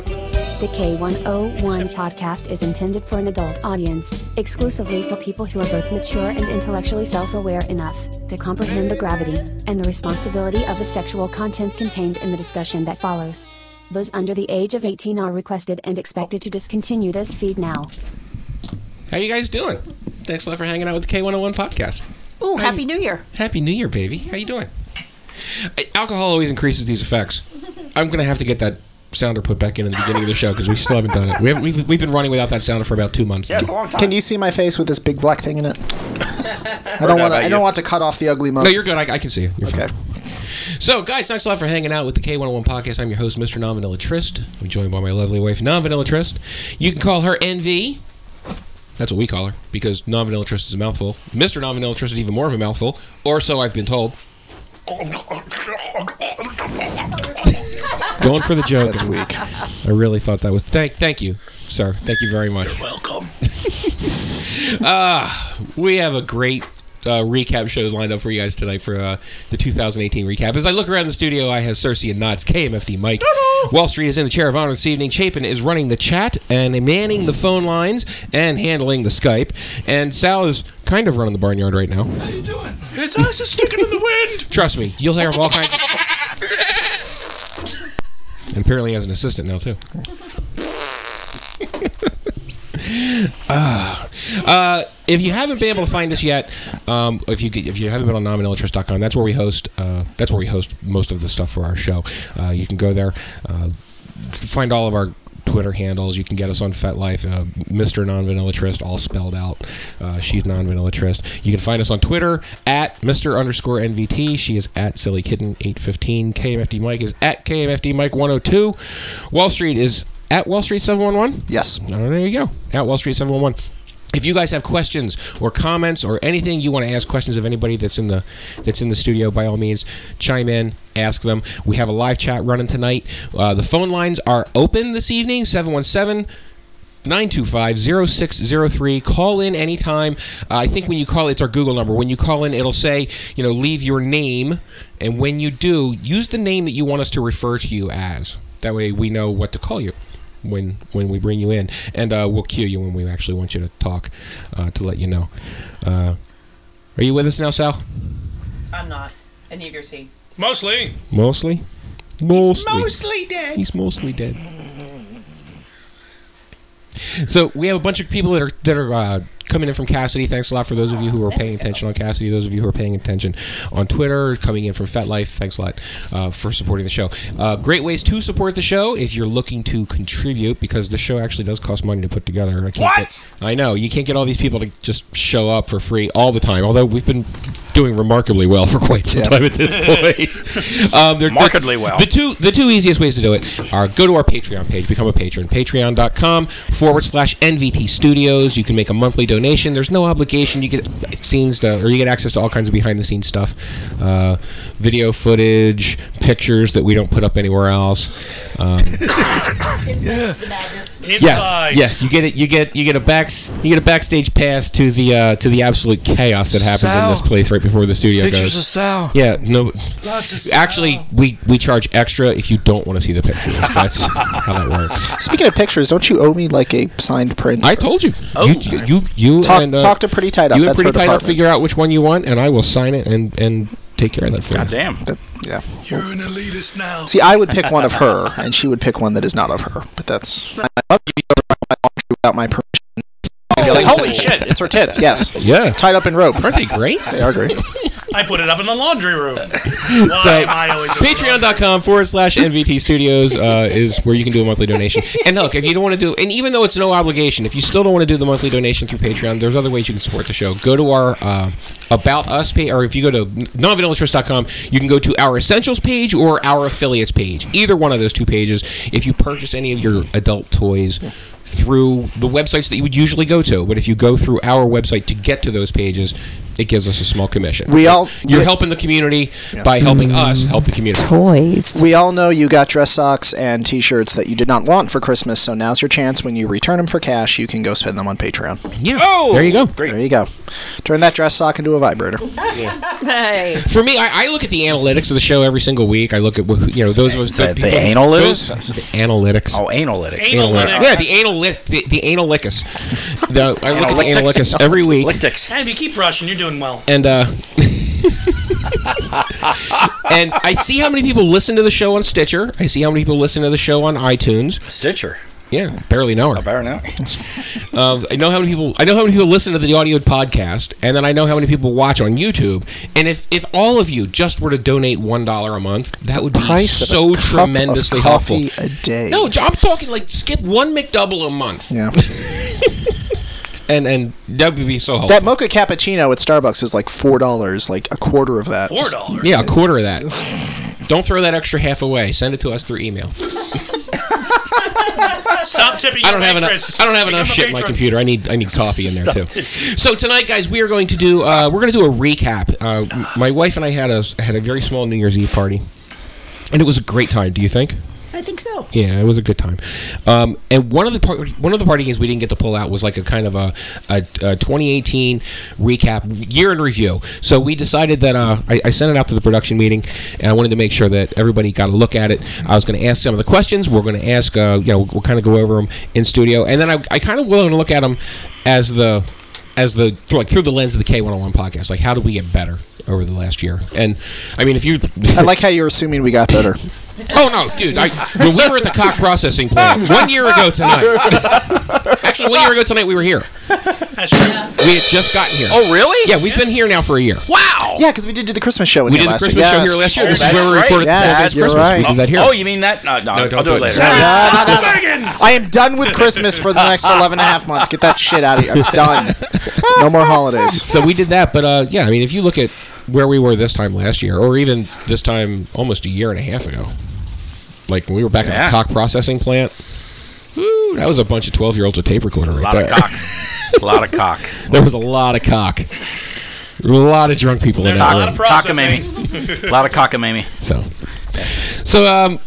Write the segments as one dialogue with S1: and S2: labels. S1: The K101 podcast is intended for an adult audience, exclusively for people who are both mature and intellectually self aware enough to comprehend the gravity and the responsibility of the sexual content contained in the discussion that follows. Those under the age of 18 are requested and expected to discontinue this feed now.
S2: How you guys doing? Thanks a lot for hanging out with the K101 podcast.
S3: Oh,
S2: Hi.
S3: happy New Year!
S2: Happy New Year, baby. How you doing? I, alcohol always increases these effects. I'm gonna have to get that sounder put back in at the beginning of the show because we still haven't done it. We have, we've, we've been running without that sounder for about two months.
S4: Yeah, it's a long time.
S5: Can you see my face with this big black thing in it? I don't want.
S4: about
S5: I
S4: you.
S5: don't want to cut off the ugly mug.
S2: No, you're good. I, I can see you. You're
S5: okay.
S2: fine. So, guys, thanks a lot for hanging out with the K101 podcast. I'm your host, Mr. Non Vanilla Trist. I'm joined by my lovely wife, Non Vanilla Trist. You can call her NV. That's what we call her because Non Vanilla Trist is a mouthful. Mr. Non Vanilla Trist is even more of a mouthful, or so I've been told. Going for the joke.
S5: That's weak.
S2: I really thought that was. Thank, thank you, sir. Thank you very much. You're welcome. uh, we have a great uh, recap shows lined up for you guys tonight for uh, the 2018 recap. As I look around the studio, I have Cersei and Knotts, KMFD Mike. Wall Street is in the chair of honor this evening. Chapin is running the chat and manning the phone lines and handling the Skype. And Sal is kind of running the barnyard right now.
S6: How you doing? His ass is sticking in the wind.
S2: Trust me, you'll hear him all kinds. and apparently, he has an assistant now too. Ah. Uh, if you haven't been able to find us yet, um, if you get- if you haven't been on nominalatrust.com, that's where we host. Uh, that's where we host most of the stuff for our show. Uh, you can go there, uh, find all of our. Twitter handles. You can get us on FetLife, uh, Mr. Non Vanillatrist, all spelled out. Uh, she's Non Vanillatrist. You can find us on Twitter at Mr. underscore NVT. She is at Silly Kitten 815. KMFD Mike is at KMFD Mike 102. Wall Street is at Wall Street 711.
S5: Yes.
S2: Oh, there you go. At Wall Street 711. If you guys have questions or comments or anything you want to ask questions of anybody that's in the that's in the studio, by all means, chime in, ask them. We have a live chat running tonight. Uh, the phone lines are open this evening, 717 925-0603 call in anytime uh, i think when you call it's our google number when you call in it'll say you know leave your name and when you do use the name that you want us to refer to you as that way we know what to call you when when we bring you in and uh, we'll cue you when we actually want you to talk uh, to let you know uh, are you with us now sal
S7: I'm not. And neither is he.
S6: Mostly.
S2: mostly mostly
S7: Mostly dead.
S2: He's mostly dead. So we have a bunch of people that are that are uh, coming in from Cassidy. Thanks a lot for those of you who are paying attention on Cassidy. Those of you who are paying attention on Twitter, coming in from FetLife. Thanks a lot uh, for supporting the show. Uh, great ways to support the show if you're looking to contribute because the show actually does cost money to put together. I can't
S6: What?
S2: Get, I know you can't get all these people to just show up for free all the time. Although we've been doing remarkably well for quite some time at this point. um, they're- they're-
S6: Markedly well.
S2: the two the two easiest ways to do it are go to our Patreon page, become a patron, patreon.com forward slash NVT Studios. You can make a monthly donation. There's no obligation. You get scenes to, or you get access to all kinds of behind the scenes stuff, uh, video footage, pictures that we don't put up anywhere else. Um,
S6: Inside.
S2: Yes, yes, you get it. You get you get a back you get a backstage pass to the uh, to the absolute chaos that happens in
S6: Sal.
S2: this place right before the studio
S6: Pictures
S2: goes.
S6: of Sal.
S2: yeah, no.
S6: Lots of Sal.
S2: Actually, we, we charge extra if you don't want to see the pictures. That's how that works.
S5: Speaking of pictures, don't you owe me like a signed print?
S2: I told you. Oh, you, you, you
S5: Talk-
S2: and, uh,
S5: talk to Pretty Tied Up.
S2: You and
S5: That's
S2: pretty
S5: her
S2: tight up.
S5: department.
S2: Figure out which one you want, and I will sign it and and take care of that for you.
S4: Damn.
S5: That- yeah.
S6: You're an elitist now.
S5: See, I would pick one of her, and she would pick one that is not of her. But that's. I love you over my laundry without my permission. You'd be like, Oh, holy shit, it's her tits. Yes.
S2: Yeah.
S5: Tied up in rope.
S2: Aren't they great?
S5: They are great.
S6: I put it up in the laundry room. Why
S2: So,
S6: am I always in the laundry
S2: Patreon.com forward slash NVT Studios uh, is where you can do a monthly donation. And look, if you don't want to do, and even though it's no obligation, if you still don't want to do the monthly donation through Patreon, there's other ways you can support the show. Go to our uh, About Us page, or if you go to nonvanillatrust.com, you can go to our Essentials page or our Affiliates page. Either one of those two pages. If you purchase any of your adult toys, through the websites that you would usually go to, but if you go through our website to get to those pages, it gives us a small commission.
S5: We all-
S2: you're
S5: we-
S2: helping the community
S5: Yeah.
S2: by helping us help the community.
S3: Toys.
S5: We all know you got dress socks and T-shirts that you did not want for Christmas, so now's your chance. When you return them for cash, you can go spend them on Patreon.
S2: Yeah,
S4: Oh!
S2: there you go.
S5: There you go. Turn that dress sock into a vibrator.
S3: Hey.
S2: For me, I, I look at the analytics of the show every single week. I look at wh- you know those of us
S4: The-
S2: that
S4: the
S2: people-
S4: analytics?
S2: those- the analytics.
S4: Oh, analytics.
S6: Anal- Analytics.
S2: Yeah, the analytic, the, the analyticus. The, I look at the
S4: Analytics.
S2: analyticus every week,
S4: Analytics.
S6: Hey, if you keep rushing, you're doing well.
S2: and uh, and I see how many people listen to the show on Stitcher. I see how many people listen to the show on iTunes.
S4: Stitcher.
S2: Yeah, barely know her.
S4: Better now.
S2: Uh, I know how many people. I know how many people listen to the audio podcast, and then I know how many people watch on YouTube. And if if all of you just were to donate one dollar a month, that would be
S5: Price of
S2: so
S5: a cup of
S2: tremendously helpful.
S5: coffee a day.
S2: No, I'm talking like skip one McDouble a month,
S5: Yeah.
S2: and and that would be so helpful.
S5: that mocha cappuccino at Starbucks is like four dollars, like a quarter of that.
S6: Four dollars.
S2: yeah, a quarter of that. Don't throw that extra half away. Send it to us through email.
S6: Stop tipping.
S2: I
S6: your
S2: don't have
S6: waitress.
S2: enough. I don't have
S6: Become
S2: enough
S6: a
S2: shit in my
S6: patron.
S2: computer. I need. I need coffee in there too.
S6: Stop it.
S2: So tonight, guys, we are going to do. Uh, we're going to do a recap. Uh, my wife and I had a had a very small New Year's Eve party, and it was a great time. Do you think?
S3: I think so.
S2: Yeah, it was a good time. Um, and one of the par- one of the party games we didn't get to pull out was like a kind of a, a, a 2018 recap year in review. So we decided that uh, I, I sent it out to the production meeting, and I wanted to make sure that everybody got a look at it. I was going to ask some of the questions. We're going to ask, uh, you know, we'll, kind of go over them in studio, and then I, I kind of want to look at them as the as the through, like through the lens of the K101 podcast. Like, how did we get better over the last year? And I mean, if you
S5: I like how you're assuming we got better.
S2: Oh no, dude! I, when we were at the cock processing plant one year ago tonight, actually one year ago tonight we were here.
S6: That's true.
S2: We had just gotten here.
S4: Oh, really?
S2: yeah, we've been here now for a year.
S4: Wow.
S5: Yeah, because we did do the Christmas show. In
S2: We did
S5: here
S2: the
S5: last
S2: Christmas
S5: year.
S2: show
S5: Yes.
S2: here last year. This is
S4: that's
S2: where we
S4: right.
S2: recorded
S5: Yes,
S2: Full Days
S5: you're
S2: Christmas. We
S5: right.
S2: did that here.
S4: Oh, you mean that? No, no, I'll
S2: don't
S4: do
S2: do
S4: it
S2: it.
S4: later.
S2: No, no,
S5: Ah, no, no, no.
S6: Shenanigans!
S5: I am done with Christmas for the next 11 and a half months. Get that shit out of here. I'm done. No more holidays.
S2: So we did that, but uh, yeah, I mean, if you look at where we were this time last year, or even this time almost a year and a half ago, like when we were back at
S4: Yeah.
S2: the cock processing plant, woo, that was a bunch of twelve-year-olds with tape recorder
S4: A
S2: right
S4: lot
S2: there.
S4: of cock. A lot of cock.
S2: There was a lot of cock. There were a lot of drunk people in
S6: There's
S2: that
S6: a lot
S2: room.
S6: of processing.
S4: Cockamamie. A lot of cockamamie.
S2: So, so um,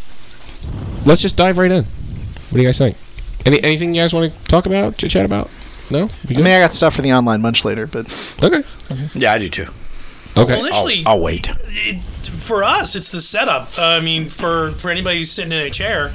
S2: let's just dive right in. What do you guys think? Any, anything you guys want to talk about, chit chat about? No. We
S5: I
S2: good?
S5: mean, I got stuff for the online munch later, but
S2: Okay.
S4: Yeah, I do too.
S6: Well,
S2: Okay.
S6: initially,
S4: I'll wait.
S6: it, for us, it's the setup. Uh, I mean, for for anybody who's sitting in a chair,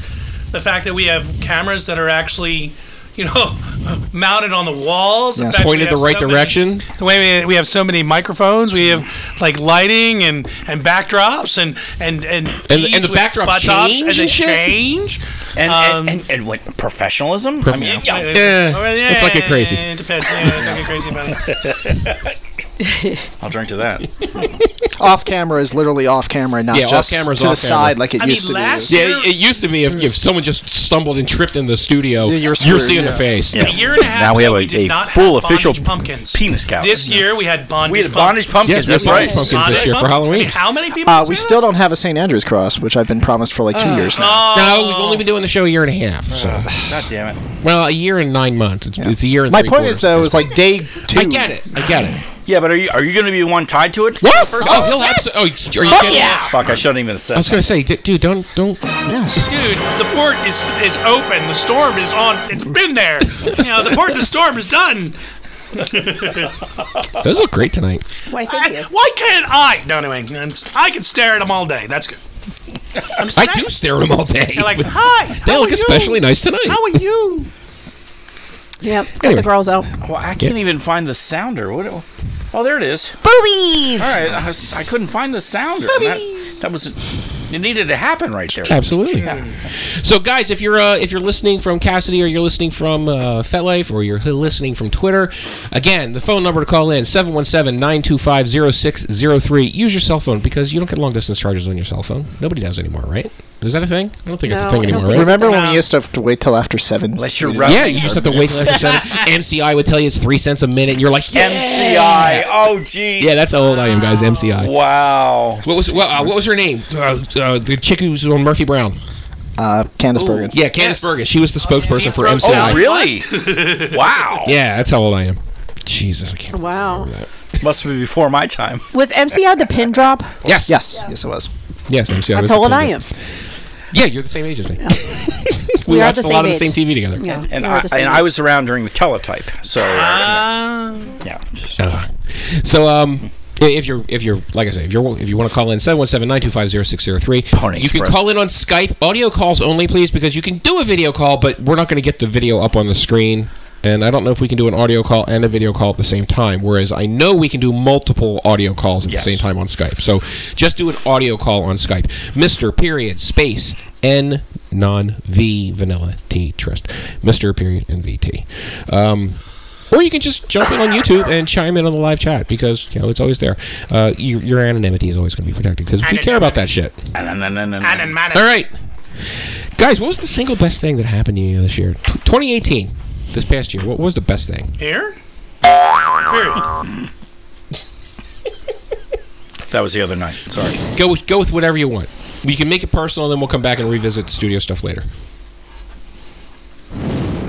S6: the fact that we have cameras that are actually, you know, mounted on the walls, the
S5: Yes.
S6: fact we
S2: Pointed the
S6: have
S2: right
S6: so many-
S2: direction.
S6: the way we, we have so many microphones, we have like lighting and and backdrops and and
S2: And
S6: and
S2: the-
S6: keys
S2: and the
S6: with
S2: backdrops
S6: butt tops
S2: change
S6: and they
S2: and shit?
S6: change.
S4: And
S6: Um,
S4: and, and, and what professionalism? I mean,
S6: Yeah,
S2: Eh, it's like you're crazy.
S6: It depends. Yeah, don't get crazy about it.
S4: I'll drink to that.
S5: off camera is literally off camera, not
S2: Yeah, off
S5: just
S2: camera's
S5: to the
S2: off camera.
S5: side like it
S6: I mean,
S5: used to
S6: last
S5: be.
S2: Yeah,
S6: year,
S2: it- it used to be if, if someone just stumbled and tripped in the studio,
S5: Yeah,
S2: you're,
S5: you're screwed,
S2: seeing the
S5: yeah.
S2: face.
S4: Yeah.
S6: a year and a half
S4: Now we
S6: ago,
S4: have a-
S6: we did
S4: a
S6: not
S4: full
S6: have bondage
S4: official
S6: pumpkins.
S4: penis cow.
S6: This year we had bondage.
S4: We had
S6: pump-
S4: bondage
S2: Yes,
S4: pumpkins.
S2: we
S4: that's
S2: had
S4: right.
S2: bondage pumpkins this
S6: Bondage
S2: year for
S6: pumpkins? I mean,
S2: Halloween.
S6: how many people?
S5: Uh,
S6: do Uh,
S5: we
S6: that?
S5: still don't have a St. Andrew's cross, which I've been promised for like two years now.
S6: oh,
S2: No, we've only been doing the show a year and a half. So,
S4: God damn it.
S2: well, a year and nine months. It's, it's a year and.
S5: My
S2: three
S5: point
S2: quarters.
S5: is though, is like day two.
S2: I get it. I get it.
S4: Yeah, but are you are you going to be the one tied to it?
S5: Yes.
S2: Oh, he'll abso- oh, are you kidding?
S4: Yeah. Fuck, I shouldn't even have said.
S2: I was gonna say, d- dude, don't don't
S5: Yes.
S6: Dude, the port is is open. The storm is on. It's been there. You know, the port and the storm is done.
S2: Those look great tonight.
S3: Why,
S6: I-
S3: thank you.
S6: why can't I? No, anyway, I'm, I can stare at them all day. That's good. I'm
S2: I
S6: sad.
S2: do stare at them all day.
S6: They're like, hi.
S2: they
S6: how
S2: look
S6: are you?
S2: especially nice tonight.
S6: How are you?
S3: Yep. Got
S2: Anyway.
S3: the girls out.
S4: Well, I can't even find the sounder. What? Oh, there it is.
S3: Boobies!
S4: All right, I, was, I couldn't find the sounder. and That, that was it. Needed to happen right there.
S2: Absolutely. So, guys, if you're uh, if you're listening from Cassidy or you're listening from uh, FetLife or you're listening from Twitter, again, the phone number to call in 717-925-0603. Use your cell phone because you don't get long distance charges on your cell phone. Nobody does anymore, right? Is that a thing? I don't think it's a
S3: No,
S2: thing
S3: I don't
S2: anymore,
S3: think
S2: right?
S5: Remember when we used to have to wait till after seven?
S4: Unless you're
S2: Yeah,
S4: routing
S2: you just
S4: or-
S2: have to wait till after seven. MCI would tell you it's three cents a minute, and you're like, yeah,
S4: MCI. Oh, geez.
S2: yeah, that's how old I am, guys. MCI.
S4: Wow.
S2: What was well, uh, what was her name? Uh, uh, the chick who was on Murphy Brown.
S5: Uh, Candace Bergen.
S2: Yeah, Candace
S6: Yes.
S2: Bergen. She was the spokesperson for
S6: Deep
S2: MCI.
S6: Throat.
S4: Oh, really? wow.
S2: Yeah, that's how old I am. Jesus, I can't.
S3: Wow.
S2: remember that.
S4: Oh. Must be before my time.
S8: Was MCI the pin drop?
S2: Yes.
S5: Yes. Yes, it was.
S2: Yes, I'm sorry.
S8: That's how old I am.
S2: Yeah, you're the same age as me.
S8: We
S2: we
S8: are
S2: watched a
S8: the
S2: lot of
S8: same
S2: the same
S8: age.
S2: TV together.
S8: Yeah,
S4: And, and,
S8: we were
S4: I,
S8: the same
S4: and I
S8: age.
S4: was around during the teletype. So, uh, yeah.
S2: Uh, so um i- if you're if you're like I say if you're if you want to call in 717-925-0603
S4: Pony
S2: you can
S4: Express.
S2: call in on Skype audio calls only please because you can do a video call but we're not going to get the video up on the screen and I don't know if we can do an audio call and a video call at the same time whereas I know we can do multiple audio calls at
S4: Yes.
S2: the same time on Skype so just do an audio call on Skype Mr. period space N non V vanilla T trust Mr. period NVT um or you can just jump in on YouTube and chime in on the live chat because you know it's always there. Uh, your, your anonymity is always going to be protected because we care about that shit.
S6: Ah.
S4: And
S2: All right, guys, what was the single best thing that happened to you this year, 2018, this past year? What was the best thing?
S6: Here? Period.
S4: That was the other night. Sorry.
S2: Go with, go with whatever you want. We can make it personal, then we'll come back and revisit studio stuff later.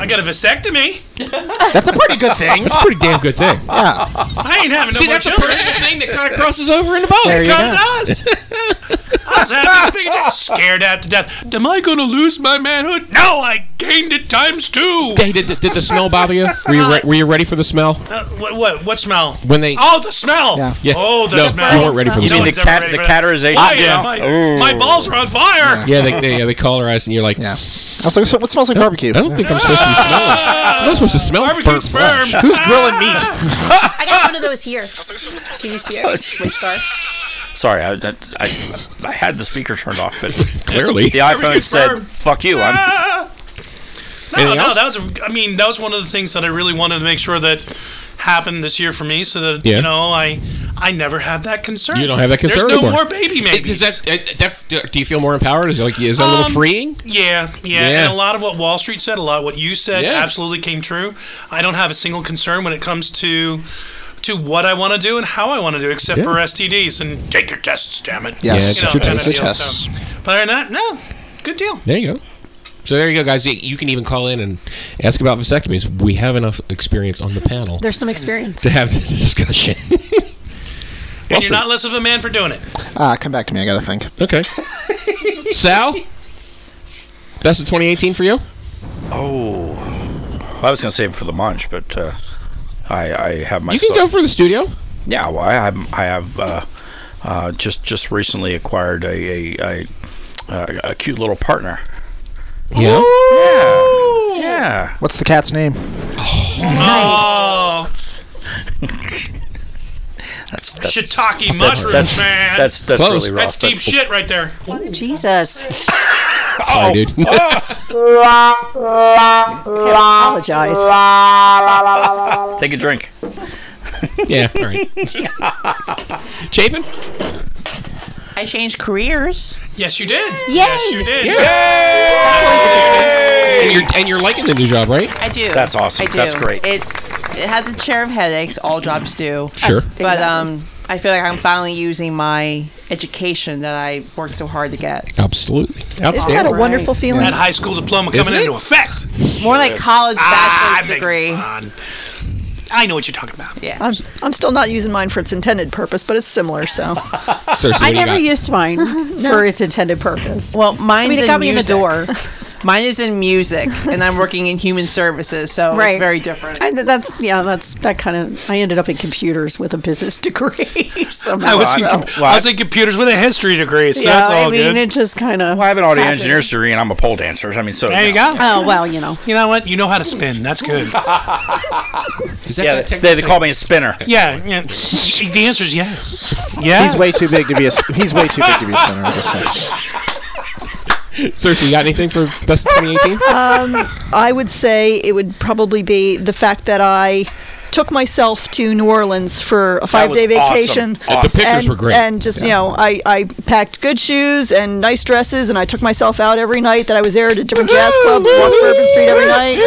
S6: I got a vasectomy.
S5: That's a pretty good thing.
S2: That's a pretty damn good thing.
S6: I ain't having no
S2: See,
S6: more
S2: that's a
S6: children.
S2: pretty good thing that kind of crosses over into both.
S5: There you go.
S6: God does. I was having this big day- scared out to death. Am I going to lose my manhood? No, I gained it times two.
S2: Hey, did, did the smell bother you? Were you, re- were you ready for the smell?
S6: Uh, what, what? What smell?
S2: When they-
S6: Oh, the smell.
S5: Yeah.
S2: Yeah.
S6: Oh, the
S2: No, you
S6: smell.
S2: weren't ready for the
S4: You
S2: No
S4: mean the,
S6: one's ever
S4: cat,
S6: ready
S4: the
S6: for that.
S4: cateterization?
S2: Ah,
S6: I am. My, my balls are on fire.
S2: Yeah, they, they, yeah, they colorized, and you're like,
S5: Yeah. I was like, what smells like barbecue?
S2: I don't think I'm supposed to be smelling. I'm not supposed to smell
S6: Barbecue
S2: burnt
S6: sperm.
S2: flesh.
S5: Who's grilling meat?
S3: I got one of those here. Can you
S4: Oh,
S3: see it? My scar.
S4: Sorry, I, that, I, I had the speaker turned off, but
S2: Clearly.
S4: the iPhone said,
S6: confirmed.
S4: fuck you. I'm,
S6: Ah. No,
S2: Anything
S6: no,
S2: else?
S6: that was. A, I mean, that was one of the things that I really wanted to make sure that happened this year for me, so that
S2: Yeah.
S6: you know, I I never had that concern.
S2: You don't have that concern
S6: There's no
S2: anymore.
S6: more baby maybes.
S2: Is that, uh, that do you feel more empowered? Is it like is that a little
S6: Um,
S2: freeing?
S6: Yeah, yeah,
S2: Yeah.
S6: And a lot of what Wall Street said, a lot of what you said,
S2: Yeah.
S6: absolutely came true. I don't have a single concern when it comes to to what I want to do and how I want to do, except for STDs and take your tests, damn it.
S5: Yes.
S2: Yeah, take your
S6: kind of
S2: tests.
S6: deal,
S5: Yes.
S6: so. But other than that, no, good deal.
S2: There you go. So there you go, guys. You- You can even call in and ask about vasectomies. We have enough experience on the panel
S8: There's some experience.
S2: to have this discussion.
S6: And you're not less of a man for doing it.
S5: Ah, come back to me. I gotta think.
S2: okay. Sal, best of 2018 for you?
S4: Oh. I was going to save it for the munch, but uh, I, I have my.
S2: You can go for the studio.
S4: Yeah, well, I have, I have uh, uh, just just recently acquired a a, a, a, a cute little partner.
S2: Yeah.
S4: Yeah. Yeah.
S5: What's the cat's name?
S6: Oh,
S4: That's, that's,
S6: shiitake mushrooms,
S4: that's,
S6: man.
S4: that's, that's
S2: Close.
S4: really rough.
S6: That's deep
S4: but-
S6: shit Oh. right there.
S8: Jesus.
S2: Sorry, dude.
S4: Oh.
S8: Apologize.
S4: Take a drink.
S2: yeah. All right. Chapin.
S7: I changed careers.
S6: Yes, you did. Yes, you did.
S2: And you're, and you're liking the new job, right?
S7: I do.
S4: That's awesome.
S7: I do.
S4: That's great.
S7: It's it has its share of headaches. All jobs do.
S2: Sure.
S7: But um, I feel like I'm finally using my education that I worked so hard to get.
S2: Absolutely.
S8: Isn't that a
S2: Outstanding.
S8: wonderful feeling?
S6: That high school diploma coming
S2: Isn't it?
S6: into effect.
S7: More like college
S6: Ah,
S7: bachelor's
S6: big
S7: degree.
S6: fun. I know what you're talking about.
S7: Yeah.
S9: I'm, I'm still not using mine for its intended purpose, but it's similar. So
S2: Cersei,
S8: I
S2: what do you
S8: never
S2: got?
S8: used mine for its intended purpose.
S7: Well, mine's
S8: I mean, it
S7: in
S8: got me
S7: music.
S8: in the door.
S7: Mine is in music, and I'm working in human services, so
S8: Right.
S7: it's very different.
S9: I, that's yeah, that's that kind of. I ended up in computers with a business degree. somehow.
S6: I was, in,
S9: so-
S6: com- I was in computers with a history degree, so
S9: yeah,
S6: that's all
S9: I mean,
S6: good.
S9: it just kind of.
S4: Well, I have an audio engineer's degree and I'm a pole dancer. I mean, so
S6: there you go.
S8: Oh, well, you know.
S6: You know what? You know how to spin. That's good.
S2: Is that
S4: Yeah,
S2: that
S4: they, they call me a spinner.
S6: yeah, yeah. The answer is yes. Yeah.
S5: He's way too big to be a. He's way too big to be a spinner. I'm just saying.
S2: Cersei, you got anything for best 2018?
S9: Um, I would say it would probably be the fact that I took myself to New Orleans for a
S4: That
S9: five
S4: was
S9: day
S4: awesome.
S9: vacation.
S4: Awesome.
S2: The pictures
S9: and,
S2: were great.
S9: And just, you know, I, I packed good shoes and nice dresses, and I took myself out every night that I was there to different jazz clubs, walked Bourbon Street every night. It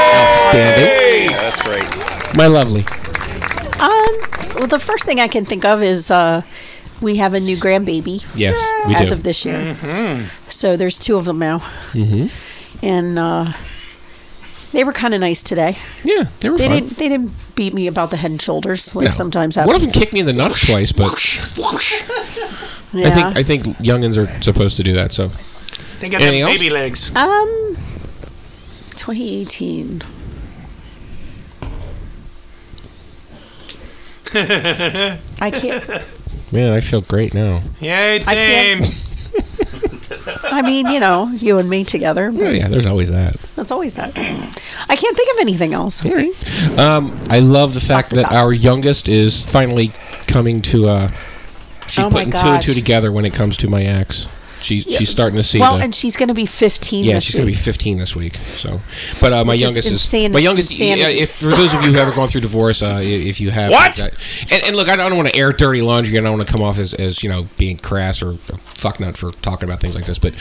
S9: was a
S2: Outstanding.
S9: good time.
S4: Hey, that's great.
S2: My lovely.
S8: Um, well, the first thing I can think of is uh, we have a new grandbaby
S2: Yes, we
S8: as
S2: do.
S8: of this year.
S6: Mm-hmm.
S8: So there's two of them now.
S2: Mm-hmm.
S8: And uh, they were kind of nice today.
S2: yeah, they were
S8: They
S2: fun.
S8: didn't. They didn't beat me about the head and shoulders, like
S2: No.
S8: sometimes happens.
S2: One of them kicked me in the nuts twice, but
S8: Yeah.
S2: I think I think youngins are supposed to do that. So
S6: They got
S2: Anything
S6: them
S2: else?
S6: baby legs.
S8: um, 2018. I can't.
S2: man, I feel great now.
S6: Yay, team!
S8: can't- I mean, you know, you and me together.
S2: Oh,
S8: But
S2: yeah, there's always that.
S8: That's always that. I can't think of anything else.
S2: Um, I love the fact
S8: the
S2: that
S8: top.
S2: our youngest is finally coming to. Uh, she's
S8: Oh my
S2: putting two and two
S8: gosh.
S2: together when it comes to my axe. She, She's starting to see.
S8: Well,
S2: the,
S8: and she's going to be 15
S2: yeah,
S8: this
S2: she's going to
S8: week.
S2: be 15 this week. So, but uh, my
S8: Which is
S2: youngest is,
S8: insane-
S2: my youngest.
S8: insanity.
S2: yeah, if for those of you who haven't gone through divorce, uh, i- if you have uh,
S4: What?
S2: that- and, and look, I don't want to air dirty laundry. and I don't want to come off as, as you know being crass or a fucknut for talking about things like this, but.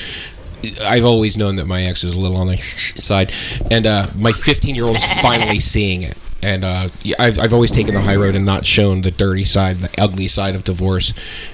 S2: I've always known that my ex is a little on the side, and uh, my 15 year old is finally seeing it. And uh, yeah, I've, I've always taken the high road and not shown the dirty side, the ugly side of divorce.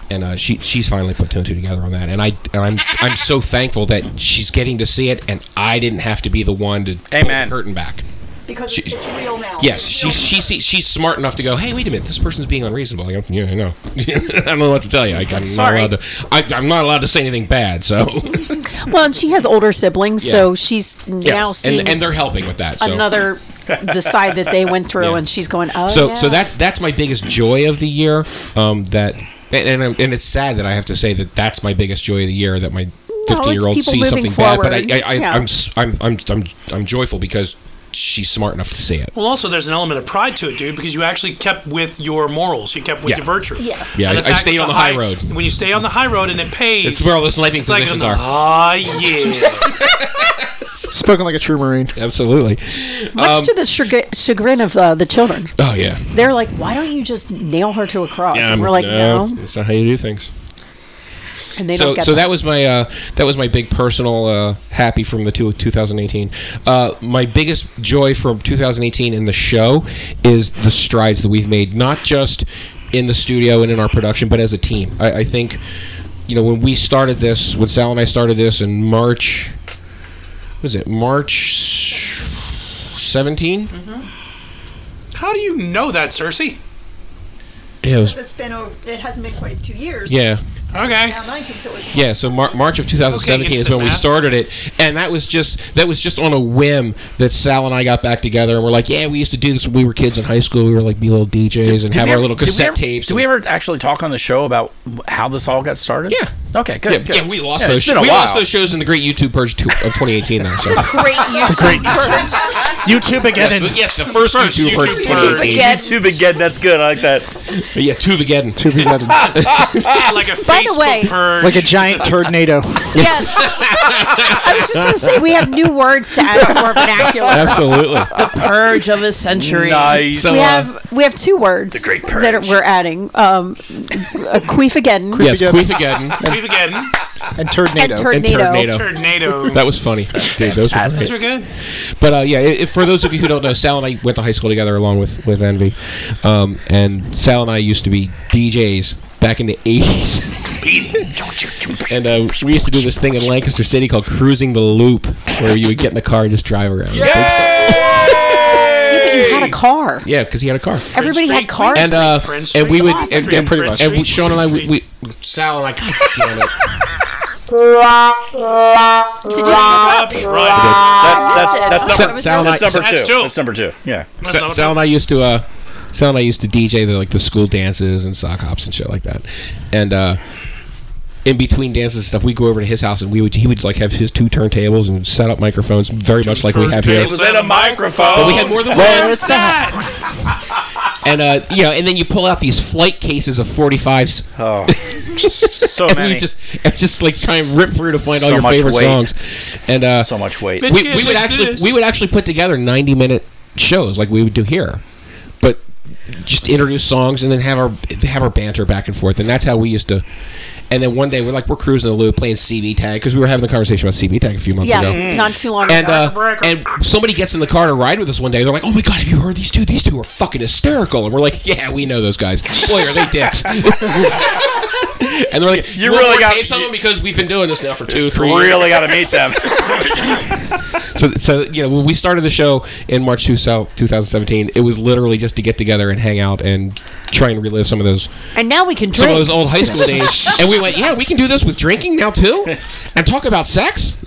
S2: And uh, she she's finally put two and two together on that. And I and I'm I'm so thankful that she's getting to see it, and I didn't have to be the one to pull
S4: Amen.
S2: the curtain back.
S9: Because
S2: She-
S9: it's real now.
S2: Yes, she, she see, she's smart enough to go. Hey, wait a minute, this person's being unreasonable. I go, yeah, I know. I don't know what to tell you. I, I'm
S7: Sorry.
S2: not allowed to. I, I'm not allowed to say anything bad. So
S8: Well, and she has older siblings,
S2: Yeah.
S8: so she's now
S2: and,
S8: seeing
S2: and they're helping with that. So.
S8: another the side that they went through,
S2: Yeah.
S8: and she's going, oh,
S2: so
S8: yeah.
S2: so that's that's my biggest joy of the year. Um, that and and, I'm- and it's sad that I have to say that that's my biggest joy of the year that my
S8: it's
S2: fifteen year old
S8: people
S2: sees
S8: moving
S2: something bad.
S8: forward.
S2: But I, I, I
S8: Yeah.
S2: I'm, s- I'm I'm I'm I'm joyful because she's smart enough to see it.
S6: Well, also there's an element of pride to it, dude, because you actually kept with your morals, you kept with
S2: Yeah.
S6: your virtue.
S8: Yeah.
S2: Yeah,
S6: And
S2: I-
S6: the
S2: I
S6: fact
S2: stayed
S6: that
S2: on the high road.
S6: When you stay on the high road and it pays,
S2: It's where all the sniping
S6: it's like,
S2: positions are.
S6: ah, yeah.
S5: Spoken like a true Marine.
S2: Absolutely. Um,
S8: much to the chagri- chagrin of uh, the children.
S2: Oh yeah.
S8: They're like, why don't you just nail her to a cross?
S2: Yeah,
S8: and
S2: I'm-
S8: we're like, no,
S2: That's not how you do things.
S8: and they
S2: so
S8: don't get
S2: so
S8: that.
S2: that was my uh, that was my big personal uh, happy from the two, 2018. Uh, my biggest joy from 2018 in the show is the strides that we've made, not just in the studio and in our production, but as a team. I, I think you know when we started this, when Sal and I started this in March, what was it March 17?
S9: Mm-hmm.
S6: How do you know that, Cersei?
S2: Yeah, it was,
S9: It's been over, it hasn't been quite two years.
S2: yeah.
S6: Okay.
S9: Now 19, so it was
S2: Yeah, so Mar- March of 2017
S6: Okay, it's
S2: is when
S6: the
S2: we
S6: math.
S2: started it, and that was just that was just on a whim that Sal and I got back together, and we're like, yeah, we used to do this when we were kids in high school. We were like be little DJs and have
S4: we
S2: our
S4: ever-
S2: little
S4: did we
S2: cassette
S4: ever-
S2: tapes.
S4: Did we ever actually talk on the show about how this all got started?
S2: Yeah.
S4: Okay. Good.
S2: yeah,
S4: good.
S2: yeah, we lost
S4: Yeah,
S2: those.
S4: It's been a
S2: we
S4: while.
S2: lost those shows in the Great YouTube Purge two- of 2018, though. So.
S7: Great YouTube.
S2: yes,
S5: YouTube again.
S2: the, yes, the first, YouTube Purge
S6: YouTube Purge.
S2: 2018.
S7: Again.
S4: YouTube again. That's good. I like that.
S2: Yeah, Tubegeddon.
S5: Two people had-
S6: like a
S8: By the
S6: Facebook
S8: way-
S6: purge.
S5: like a giant tornado.
S8: yes. I was just going to say we have new words to add to our vernacular.
S2: Absolutely.
S7: Purge of a century.
S4: Nice.
S2: So,
S8: We
S2: uh,
S8: have we have two words
S4: Great
S8: that are-
S4: Purge.
S8: we're adding. Um, a queef again
S2: yes, Queefageddon
S6: We've again.
S5: And
S8: and
S5: tornado.
S2: and
S8: tornado.
S2: Tornado.
S6: Tornado.
S2: That was funny. Dude, those were
S6: Those were good.
S2: But uh, yeah, i i- for those of you who don't know, Sal and I went to high school together along with with Envy, um, and Sal and I used to be DJs back in the eighties, and uh, we used to do this thing in Lancaster City called cruising the loop, where you would get in the car and just drive around.
S8: You had a car.
S2: Yeah, because he had a car.
S8: Everybody had
S6: Street,
S8: cars.
S2: And uh,
S6: Prince
S2: and we
S6: Street.
S2: would
S6: Awesome.
S2: and, and,
S6: Prince
S2: and we,
S6: Street.
S2: Sean and I we, we Sal and I God damn it
S8: Did you-
S6: Up, right.
S4: That's that's that's
S2: Sa-
S4: number,
S2: Sal and I
S4: that's number
S2: Sa-
S4: two.
S6: That's two.
S4: That's number two. Yeah.
S2: Sa- Sal and I used to uh, Sal and I used to DJ the like the school dances and sock hops and shit like that, and uh, in between dances and stuff, we go over to his house and we would he would like have his two turntables and set up microphones very much like we have here.
S6: turntables.
S4: Then a microphone.
S2: But we had more than one, and uh, you know, and then you pull out these flight cases of forty fives,
S4: Oh, so
S2: and
S4: many.
S2: we just and just like try and rip through to find
S4: So
S2: all your
S4: much
S2: favorite
S4: weight.
S2: songs, and uh,
S4: so much weight.
S6: Bitch,
S2: we,
S6: kid,
S2: we would
S6: let's do
S2: actually
S6: this.
S2: we would actually put together 90 minute shows like we would do here but just introduce songs and then have our have our banter back and forth and that's how we used to and then one day we're like we're cruising the loop playing CB tag because we were having the conversation about CB tag a few months ago
S8: yes, not too long
S2: and
S8: ago.
S2: uh, and somebody gets in the car to ride with us one day. They're like, "Oh my god, have you heard these two? These two are fucking hysterical." And we're like, "Yeah, we know those guys. Boy, are they dicks!" And they're like,
S4: You
S2: "You, really
S4: really
S2: got
S4: got-
S2: tapes on them because we've been doing this now for two, three.
S4: really got to meet them.
S2: So, so you know, when we started the show in March two thou- 2017, it was literally just to get together and hang out and try and relive some of those
S8: And now we can drink.
S2: some of those old high school days. And we went, yeah, we can do this with drinking now too, and talk about sex.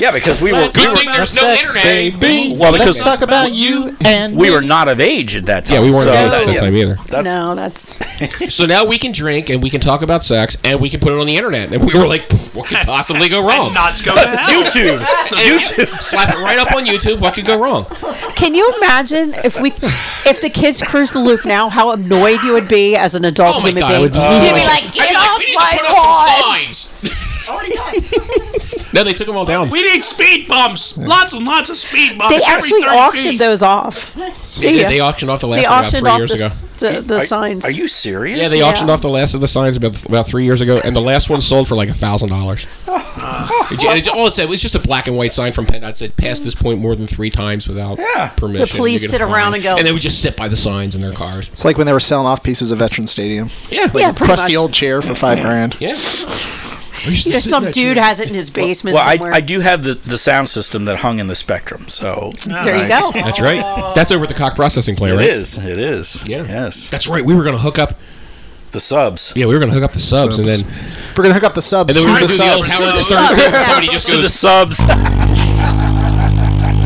S4: yeah, because we were
S6: Let's
S4: we
S6: do
S4: were,
S6: it.
S2: there's no
S5: sex,
S2: internet.
S5: baby.
S4: Well, because-
S5: Let's talk about you and
S4: we
S5: me.
S4: were not of age at that time.
S2: Yeah, we weren't
S4: so
S2: engaged
S4: that-
S2: that time either.
S4: That's,
S8: no, that's
S2: So now we can drink and we can talk about sex and we can put it on the internet. And we were like, what could possibly go wrong?
S6: And not go to hell.
S4: YouTube.
S2: And slap it right up on YouTube. What could go wrong?
S8: Can you imagine if we, if the kids cruise the loop now, how annoyed you would be as an adult
S2: Oh my
S8: human
S2: god! I
S8: being?
S2: would lose
S8: You'd
S2: my
S8: be
S2: shit.
S8: like,
S2: I'd
S8: get
S2: be like,
S8: off
S2: we need
S8: my
S2: to put
S8: lawn!
S2: up some signs. no, they took them all down.
S6: We need speed bumps. Lots and lots of speed bumps.
S8: They
S6: every
S8: actually
S6: 30
S8: auctioned
S6: feet.
S8: those off.
S2: They, did. they auctioned off the last
S8: They
S2: one about
S8: auctioned
S2: three
S8: off
S2: years ago.
S8: the, s- the, the signs.
S4: Are you serious?
S2: Yeah, they
S8: Yeah.
S2: auctioned off the last of the signs about about three years ago, and the last one sold for like a thousand dollars.
S8: Ah.
S2: All it said was just a black and white sign from PennDOT that said "Pass this point more than three times without permission."
S8: The police
S2: you get a
S8: sit around
S2: fine."
S8: and go-
S2: and they would just sit by the signs in their cars.
S5: It's like when they were selling off pieces of Veteran Stadium.
S2: Yeah,
S8: Yeah,
S2: Like,
S8: pretty
S5: Crusty
S8: much.
S5: old chair for five grand.
S2: yeah.
S8: You know, some dude has it in his basement
S4: Well, I,
S8: somewhere.
S4: I do have the, the sound system that hung in the spectrum, so
S8: Ah, there you go.
S2: That's right. That's over at the cock processing plant,
S4: it
S2: right?
S4: is. It is.
S2: Yeah.
S4: Yes.
S2: That's right. We were gonna hook up.
S4: The subs.
S2: Yeah, we were gonna hook up the subs, and then
S5: We're gonna hook up the subs
S2: and then we
S5: to
S2: were
S5: the
S2: gonna do the old Howard the
S5: subs.
S6: Subs.
S2: Third thing, where Somebody just
S4: To the
S2: goes.
S4: subs.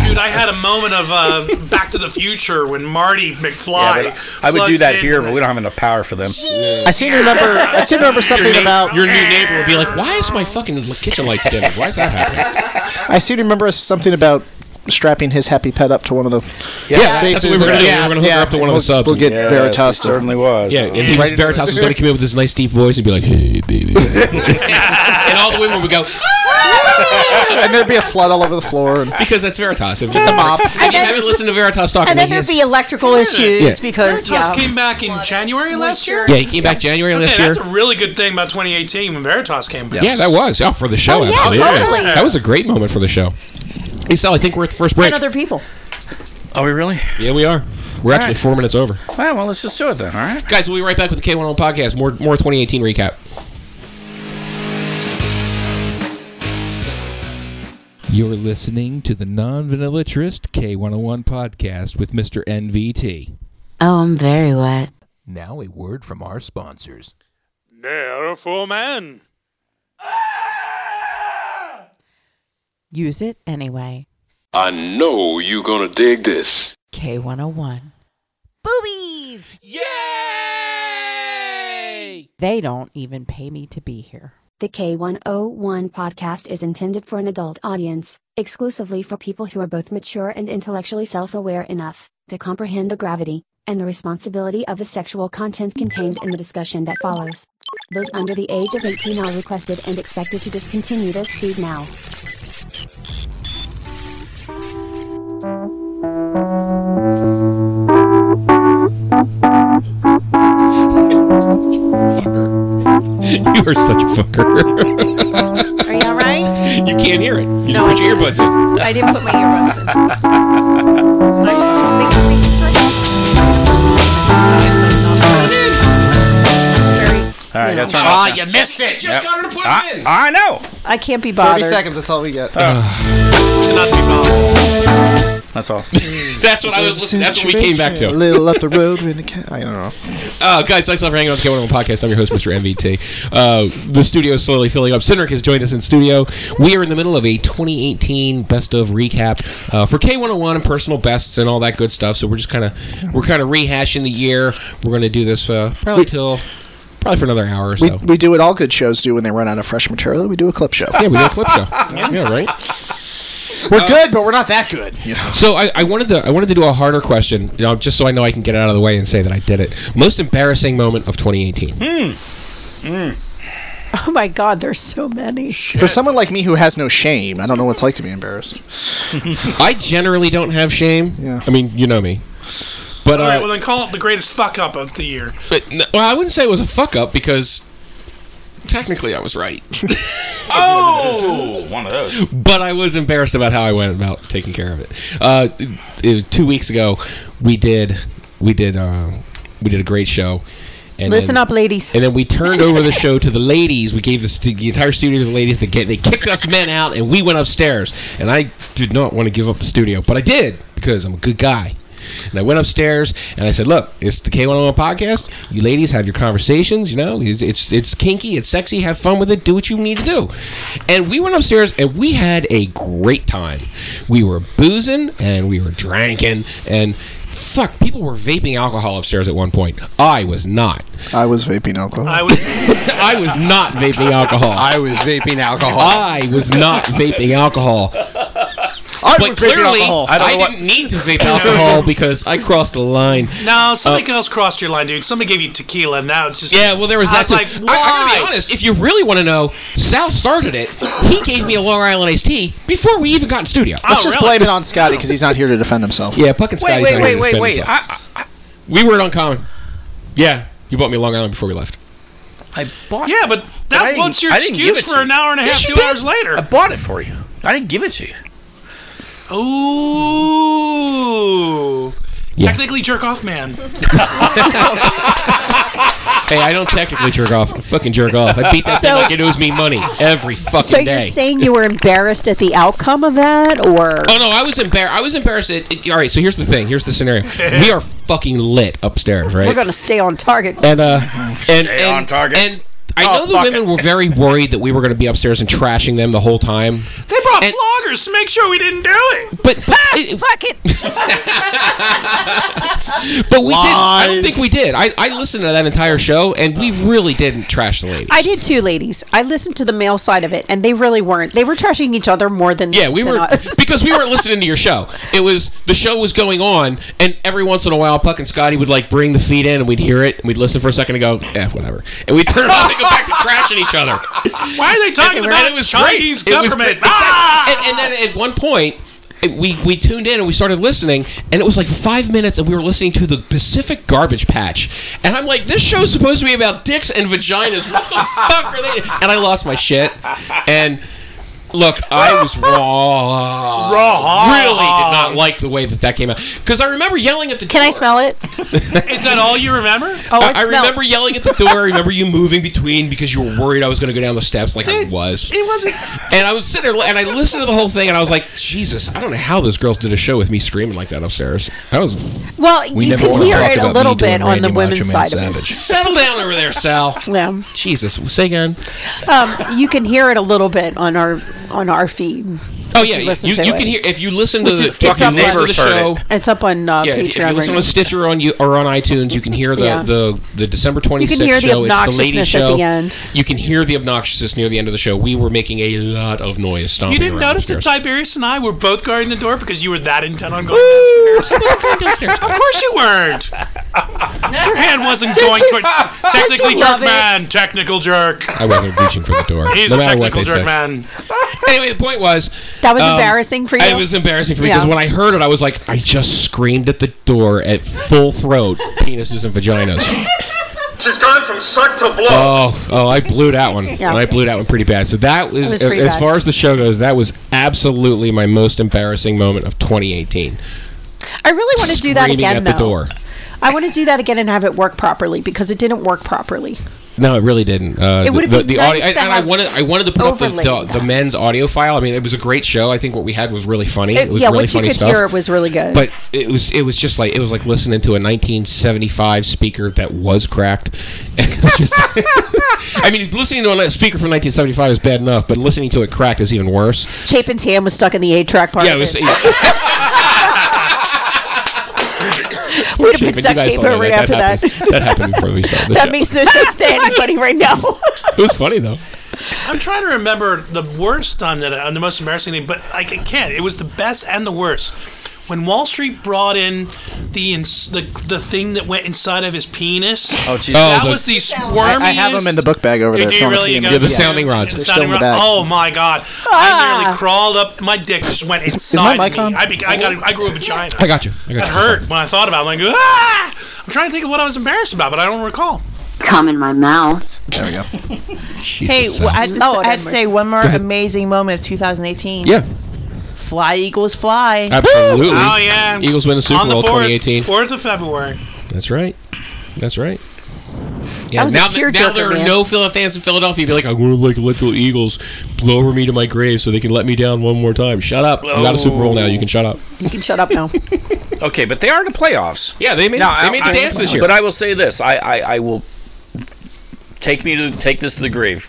S6: Dude, I had a moment of uh, Back to the Future when Marty McFly.
S4: Yeah, but I would do
S6: plugs
S4: that
S6: in
S4: here,
S6: and-
S4: but we don't have enough power for them.
S5: I seem to remember. I seem to remember
S2: Your,
S5: something
S2: neigh-
S5: about.
S2: your new neighbor would be like, "Why is my fucking kitchen lights dim? Why is that happening?"
S5: I seem to remember something about strapping his happy pet up to one of the.
S2: Yeah, that's what we were gonna do. We were gonna hook her up to one of the
S5: we'll,
S2: subs.
S5: We'll get
S4: Yes, it
S5: Veritas. to-
S4: certainly was.
S2: Yeah, and he was, Veritas was going to come in with his nice deep voice and be like, "Hey, baby," and all the women would go
S5: and there'd be a flood all over the floor. And
S2: because that's Veritas. If the
S5: mop.
S2: if you haven't listened to Veritas talking,
S8: And then
S2: he
S8: there'd
S2: has-
S8: be electrical issues
S2: Yeah.
S8: because
S6: Veritas
S8: yeah,
S6: came back in January last year.
S2: yeah, he came back January
S6: Okay,
S2: last year.
S6: that's a really good thing about 2018 when Veritas came back.
S2: Yeah, that was oh, for the show.
S8: Oh, yeah,
S2: absolutely.
S8: totally.
S2: That was a great moment for the show. Hey, Sal, I think we're at the first break.
S8: and other people.
S4: Are we really?
S2: yeah, we are. We're actually
S4: right.
S2: four minutes over.
S4: All right, well, let's just do it then, all right?
S2: Guys, we'll be right back with the K101 podcast. More more 2018 recap.
S10: You're listening to the non vanillatrist K101 podcast with Mr. NVT.
S1: Oh, I'm very wet.
S10: Now, a word from our sponsors.
S6: Therefore, man.
S7: Use it anyway.
S11: I know you gonna dig this.
S7: K101.
S8: Boobies.
S7: They don't even pay me to be here.
S1: The K101 podcast is intended for an adult audience, exclusively for people who are both mature and intellectually self aware enough to comprehend the gravity and the responsibility of the sexual content contained in the discussion that follows. Those under the age of 18 are requested and expected to discontinue this feed now.
S2: You are such a fucker.
S8: Are you all right?
S2: you can't hear it. You
S8: No,
S2: put
S8: I
S2: your earbuds in.
S8: I didn't put my earbuds in.
S4: All right, that's fine.
S6: Oh,
S2: Ah, you missed it. Just got her to put it
S4: I,
S2: in.
S4: I know.
S8: I can't be
S5: Thirty
S8: bothered.
S5: seconds. That's all we get.
S6: Cannot be wrong.
S4: That's all.
S2: That's what I was listening. That's what we came back
S5: A
S2: to.
S5: little up the road with the cat. I don't know.
S2: Uh, guys, thanks a lot for hanging out with the K101 podcast. I'm your host, Mr. MVT. Uh, the studio is slowly filling up. Cindric has joined us in studio. We are in the middle of a 2018 best of recap uh, for K101 and personal bests and all that good stuff. So we're just kind of we're kind of rehashing the year. We're going to do this uh, probably till probably for another hour or
S5: We,
S2: so.
S5: we do what all good shows do when they run out of fresh material. We do a clip show.
S2: yeah, we do a clip show. yeah right. Uh,
S5: We're good, but we're not that good. You know.
S2: So I, I wanted to I wanted to do a harder question, you know, just so I know I can get it out of the way and say that I did it. Most embarrassing moment of 2018.
S4: Hmm.
S8: Oh my God, there's so many.
S5: For someone like me who has no shame, I don't know what it's like to be embarrassed.
S2: I generally don't have shame.
S5: Yeah.
S2: I mean, you know me. But, uh,
S6: All right, Oh, well then call it the greatest fuck up of the year.
S2: but n- well, I wouldn't say it was a fuck up because technically I was right.
S4: Oh, one of those.
S2: but I was embarrassed about how I went about taking care of it. Uh, um, it was two weeks ago, we did we did uh, we did a great show, And
S8: Listen
S2: then-
S8: up, ladies.
S2: And then we turned over the show to the ladies. We gave the, st- the entire studio to the ladies. They, get, they kicked us men out, and we went upstairs. And I did not want to give up the studio, but I did because I'm a good guy. And I went upstairs and I said, "Look, it's the K101 podcast. You ladies have your conversations. You know, it's it's, it's kinky, it's sexy. Have fun with it. Do what you need to do." And we went upstairs and we had a great time. We were boozing and we were drinking and fuck, people were vaping alcohol upstairs at one point. I was not.
S5: I was vaping alcohol.
S6: I was.
S2: I was not vaping alcohol. I was vaping alcohol. I was not vaping alcohol.
S6: I
S2: but
S6: was vaping
S2: clearly,
S6: alcohol.
S2: I,
S6: I don't know what-
S2: didn't need to vape alcohol because I crossed the line.
S6: No, somebody else crossed your line, dude. Somebody gave you tequila, and now it's just
S2: Uh, Yeah, well, there was
S6: I
S2: that.
S6: was
S2: Too.
S6: like,
S2: Uh, I, I'm gonna be
S6: why?
S2: honest. If you really want to know, Sal started it. He gave me a Long Island iced tea before we even got in studio.
S6: Oh,
S5: Let's just blame it on Scotty because he's not here to defend himself.
S2: Yeah, Puck and
S5: Wait,
S2: Scotty's
S5: wait,
S2: not
S5: wait,
S2: here to
S5: wait,
S2: defend
S5: wait.
S2: himself. we were at Uncommon. Yeah, you bought me a Long Island before we left.
S4: I bought.
S6: Yeah, but
S4: But I
S6: that
S4: didn't-
S6: what's your
S4: I didn't give
S6: excuse
S4: it to
S6: for an
S4: you.
S6: hour and a half,
S4: Yes, you
S6: two
S4: did.
S6: hours later?
S4: I bought it for you. I didn't give it to you.
S6: Ooh.
S2: Yeah.
S6: Technically, jerk off, man.
S2: Hey, I don't technically jerk off. I fucking jerk off. I beat that
S8: So-
S2: thing like it owes me money every fucking
S8: so
S2: day.
S8: you're saying you were embarrassed at the outcome of that, or
S2: Oh no, I was embarrassed. I was embarrassed. It, it- all right, so here's the thing. Here's the scenario. We are fucking lit upstairs, right?
S8: we're going to stay on target?
S2: and uh, and, and target. And I know the women were very worried that we were going to be upstairs and trashing them the whole time.
S6: They brought floggers to make sure we didn't do it.
S2: But,
S8: fuck it.
S2: But we did. I don't think we did. I, I listened to that entire show, and we really didn't trash the ladies.
S8: I did too, ladies. I listened to the male side of it, and they really weren't. They were trashing each other more than
S2: Yeah, we
S8: than
S2: were
S8: us.
S2: because we weren't listening to your show. It was the show was going on, and every once in a while, Puck and Scotty would like bring the feed in, and we'd hear it, and we'd listen for a second and go, "Eh, whatever," and we'd turn it off and go back to trashing each other.
S6: Why are they talking
S2: And-
S6: about
S2: and it was
S6: Chinese
S2: great. It was-
S6: government?
S2: exactly. and, and then at one point. it- We, we tuned in and we started listening and it was like five minutes and we were listening to the Pacific Garbage Patch and I'm like this show's supposed to be about dicks and vaginas what the fuck are they and I lost my shit and look I was wrong
S6: Wrong.
S2: really did not like the way that that came out because I remember yelling at the
S8: Can I smell it?
S6: Is that all you remember?
S8: Oh,
S2: I, I remember yelling at the door. I remember you moving between because you were worried I was going to go down the steps like I was.
S6: It wasn't.
S2: And I was sitting there and I listened to the whole thing and I was like, Jesus, I don't know how those girls did a show with me screaming like that upstairs. That was.
S8: Well,
S2: We
S8: you
S2: never
S8: can
S2: wanna
S8: hear
S2: talk
S8: it
S2: about
S8: a
S2: me
S8: little
S2: doing
S8: bit on
S2: Randy
S8: the women's
S2: Macho Man
S8: side of it.
S2: Savage. Settle down over there, Sal.
S8: Yeah.
S2: Jesus, say again.
S8: Um, you can hear it a little bit on our on our feed.
S2: Oh yeah,
S8: If
S2: you,
S8: listen
S2: you,
S8: to
S2: you
S8: it.
S2: can hear if you listen to
S8: Which
S2: the,
S8: is-
S2: if you
S8: it's up
S2: listen
S8: on-
S2: to the show.
S8: It's up on uh,
S2: Yeah,
S8: Patreon.
S2: if, if you
S8: right
S2: listen
S8: now.
S2: on Stitcher or on, you, or on iTunes, you can hear the,
S8: Yeah.
S2: the, the December 26th
S8: You can hear the
S2: show. it's the
S8: obnousiousness
S2: lady
S8: at
S2: show.
S8: the end.
S2: You can hear the obnoxiousness near the end of the show. We were making a lot of noise stomping
S6: You didn't
S2: around
S6: notice that
S2: upstairs.
S6: Tiberius and I were both guarding the door because you were that intent on going downstairs.
S2: of
S6: course you weren't. Your hand wasn't
S2: Don't
S6: going
S2: you-
S6: toward
S2: don't
S6: technically
S2: you
S6: jerk
S2: love it?
S6: man, technical jerk.
S2: I wasn't reaching for the door.
S6: He's
S2: no
S6: a
S2: matter what
S6: technical
S2: they said.
S6: jerk man.
S2: Anyway, the point was
S8: That was embarrassing for you?
S2: It was embarrassing for me because
S8: Yeah.
S2: when I heard it, I was like, I just screamed at the door at full throat, penises and vaginas.
S12: She's gone from suck to blow.
S2: Oh, oh, I blew that one.
S12: Yeah.
S2: I blew that one pretty bad. So that was,
S12: It was pretty
S2: as
S12: bad.
S2: far as the show goes, that was absolutely my most embarrassing moment of 2018.
S8: I really want to do that
S2: Screaming
S8: again,
S2: at
S8: though.
S2: the door.
S8: I want to do that again and have it work properly because it didn't work properly.
S2: No, it really didn't. Uh,
S8: It
S2: the,
S8: would've
S2: the,
S8: been
S2: the audio,
S8: nice to
S2: and, and I
S8: have
S2: wanted, I wanted to put up the,
S8: overlaid
S2: the, the men's audio file. I mean, it was a great show. I think what we had was really funny. It,
S8: It-
S2: was
S8: yeah,
S2: really
S8: what you
S2: funny
S8: could
S2: stuff.
S8: hear it was really good.
S2: But it was it was just like it was like listening to a 1975 speaker that was cracked. It was just- I mean, listening to a speaker from 1975 is bad enough, but listening to it cracked is even worse.
S8: Chapin's hand was stuck in the eight track part.
S2: yeah,
S8: of
S2: it was. e-,
S8: it.
S2: Poor
S8: We'd have
S2: Chapin,
S8: been
S2: you
S8: duct
S2: guys
S8: tape
S2: all know
S8: over it
S2: that.
S8: after that.
S2: Happened, that happened before we started the
S8: That
S2: show.
S8: makes no sense to anybody right now.
S2: it was funny though.
S6: I'm trying to remember the worst time that I, the most embarrassing thing, but I, ca- can't. It was the best and the worst. When Wall Street brought in the ins- the, the thing that went inside of his penis,
S5: Oh, geez.
S6: that
S5: Oh, the-
S6: was
S5: I,
S6: the squirmiest.
S5: I have them in the book bag over there.
S6: Do
S5: if
S6: you
S5: you wanna
S6: really
S5: see 'em.
S6: go-
S5: Yes.
S6: The
S5: They're still in the Ah.
S6: sounding
S5: bag.
S6: rod. Oh my god! I nearly crawled up. My dick just went inside.
S5: mic
S6: me.
S5: on?
S6: I, be- I got. I grew a vagina.
S2: I got you. I got
S6: That
S2: you.
S6: hurt when I thought about. it. I'm like, ah! I'm trying to think of what I was embarrassed about, but I don't recall.
S13: Come in my mouth.
S5: There we go.
S7: hey, well, I had to,
S6: Oh,
S7: I had to say one more
S2: Go ahead.
S7: amazing moment of 2018.
S2: Yeah.
S7: Fly Eagles Fly.
S2: Absolutely.
S6: Oh yeah.
S2: Eagles win the Super
S6: On the
S2: Bowl
S6: fourth-
S2: 2018.
S6: Fourth of February.
S2: That's right. That's right. Yeah,
S8: that was
S2: now,
S8: a
S2: th- now
S8: tearjerker,
S2: there are
S8: man.
S2: no Phila fans in Philadelphia. Be like, I'm going to like let the Eagles blow over me to my grave so they can let me down one more time. Shut up! You got a Super Bowl now. You can shut up.
S8: You can shut up now.
S4: Okay, but they are in the playoffs.
S2: Yeah, they made- they made the dance this year.
S4: But I will say this: I, I, I will take me to take this to the grave.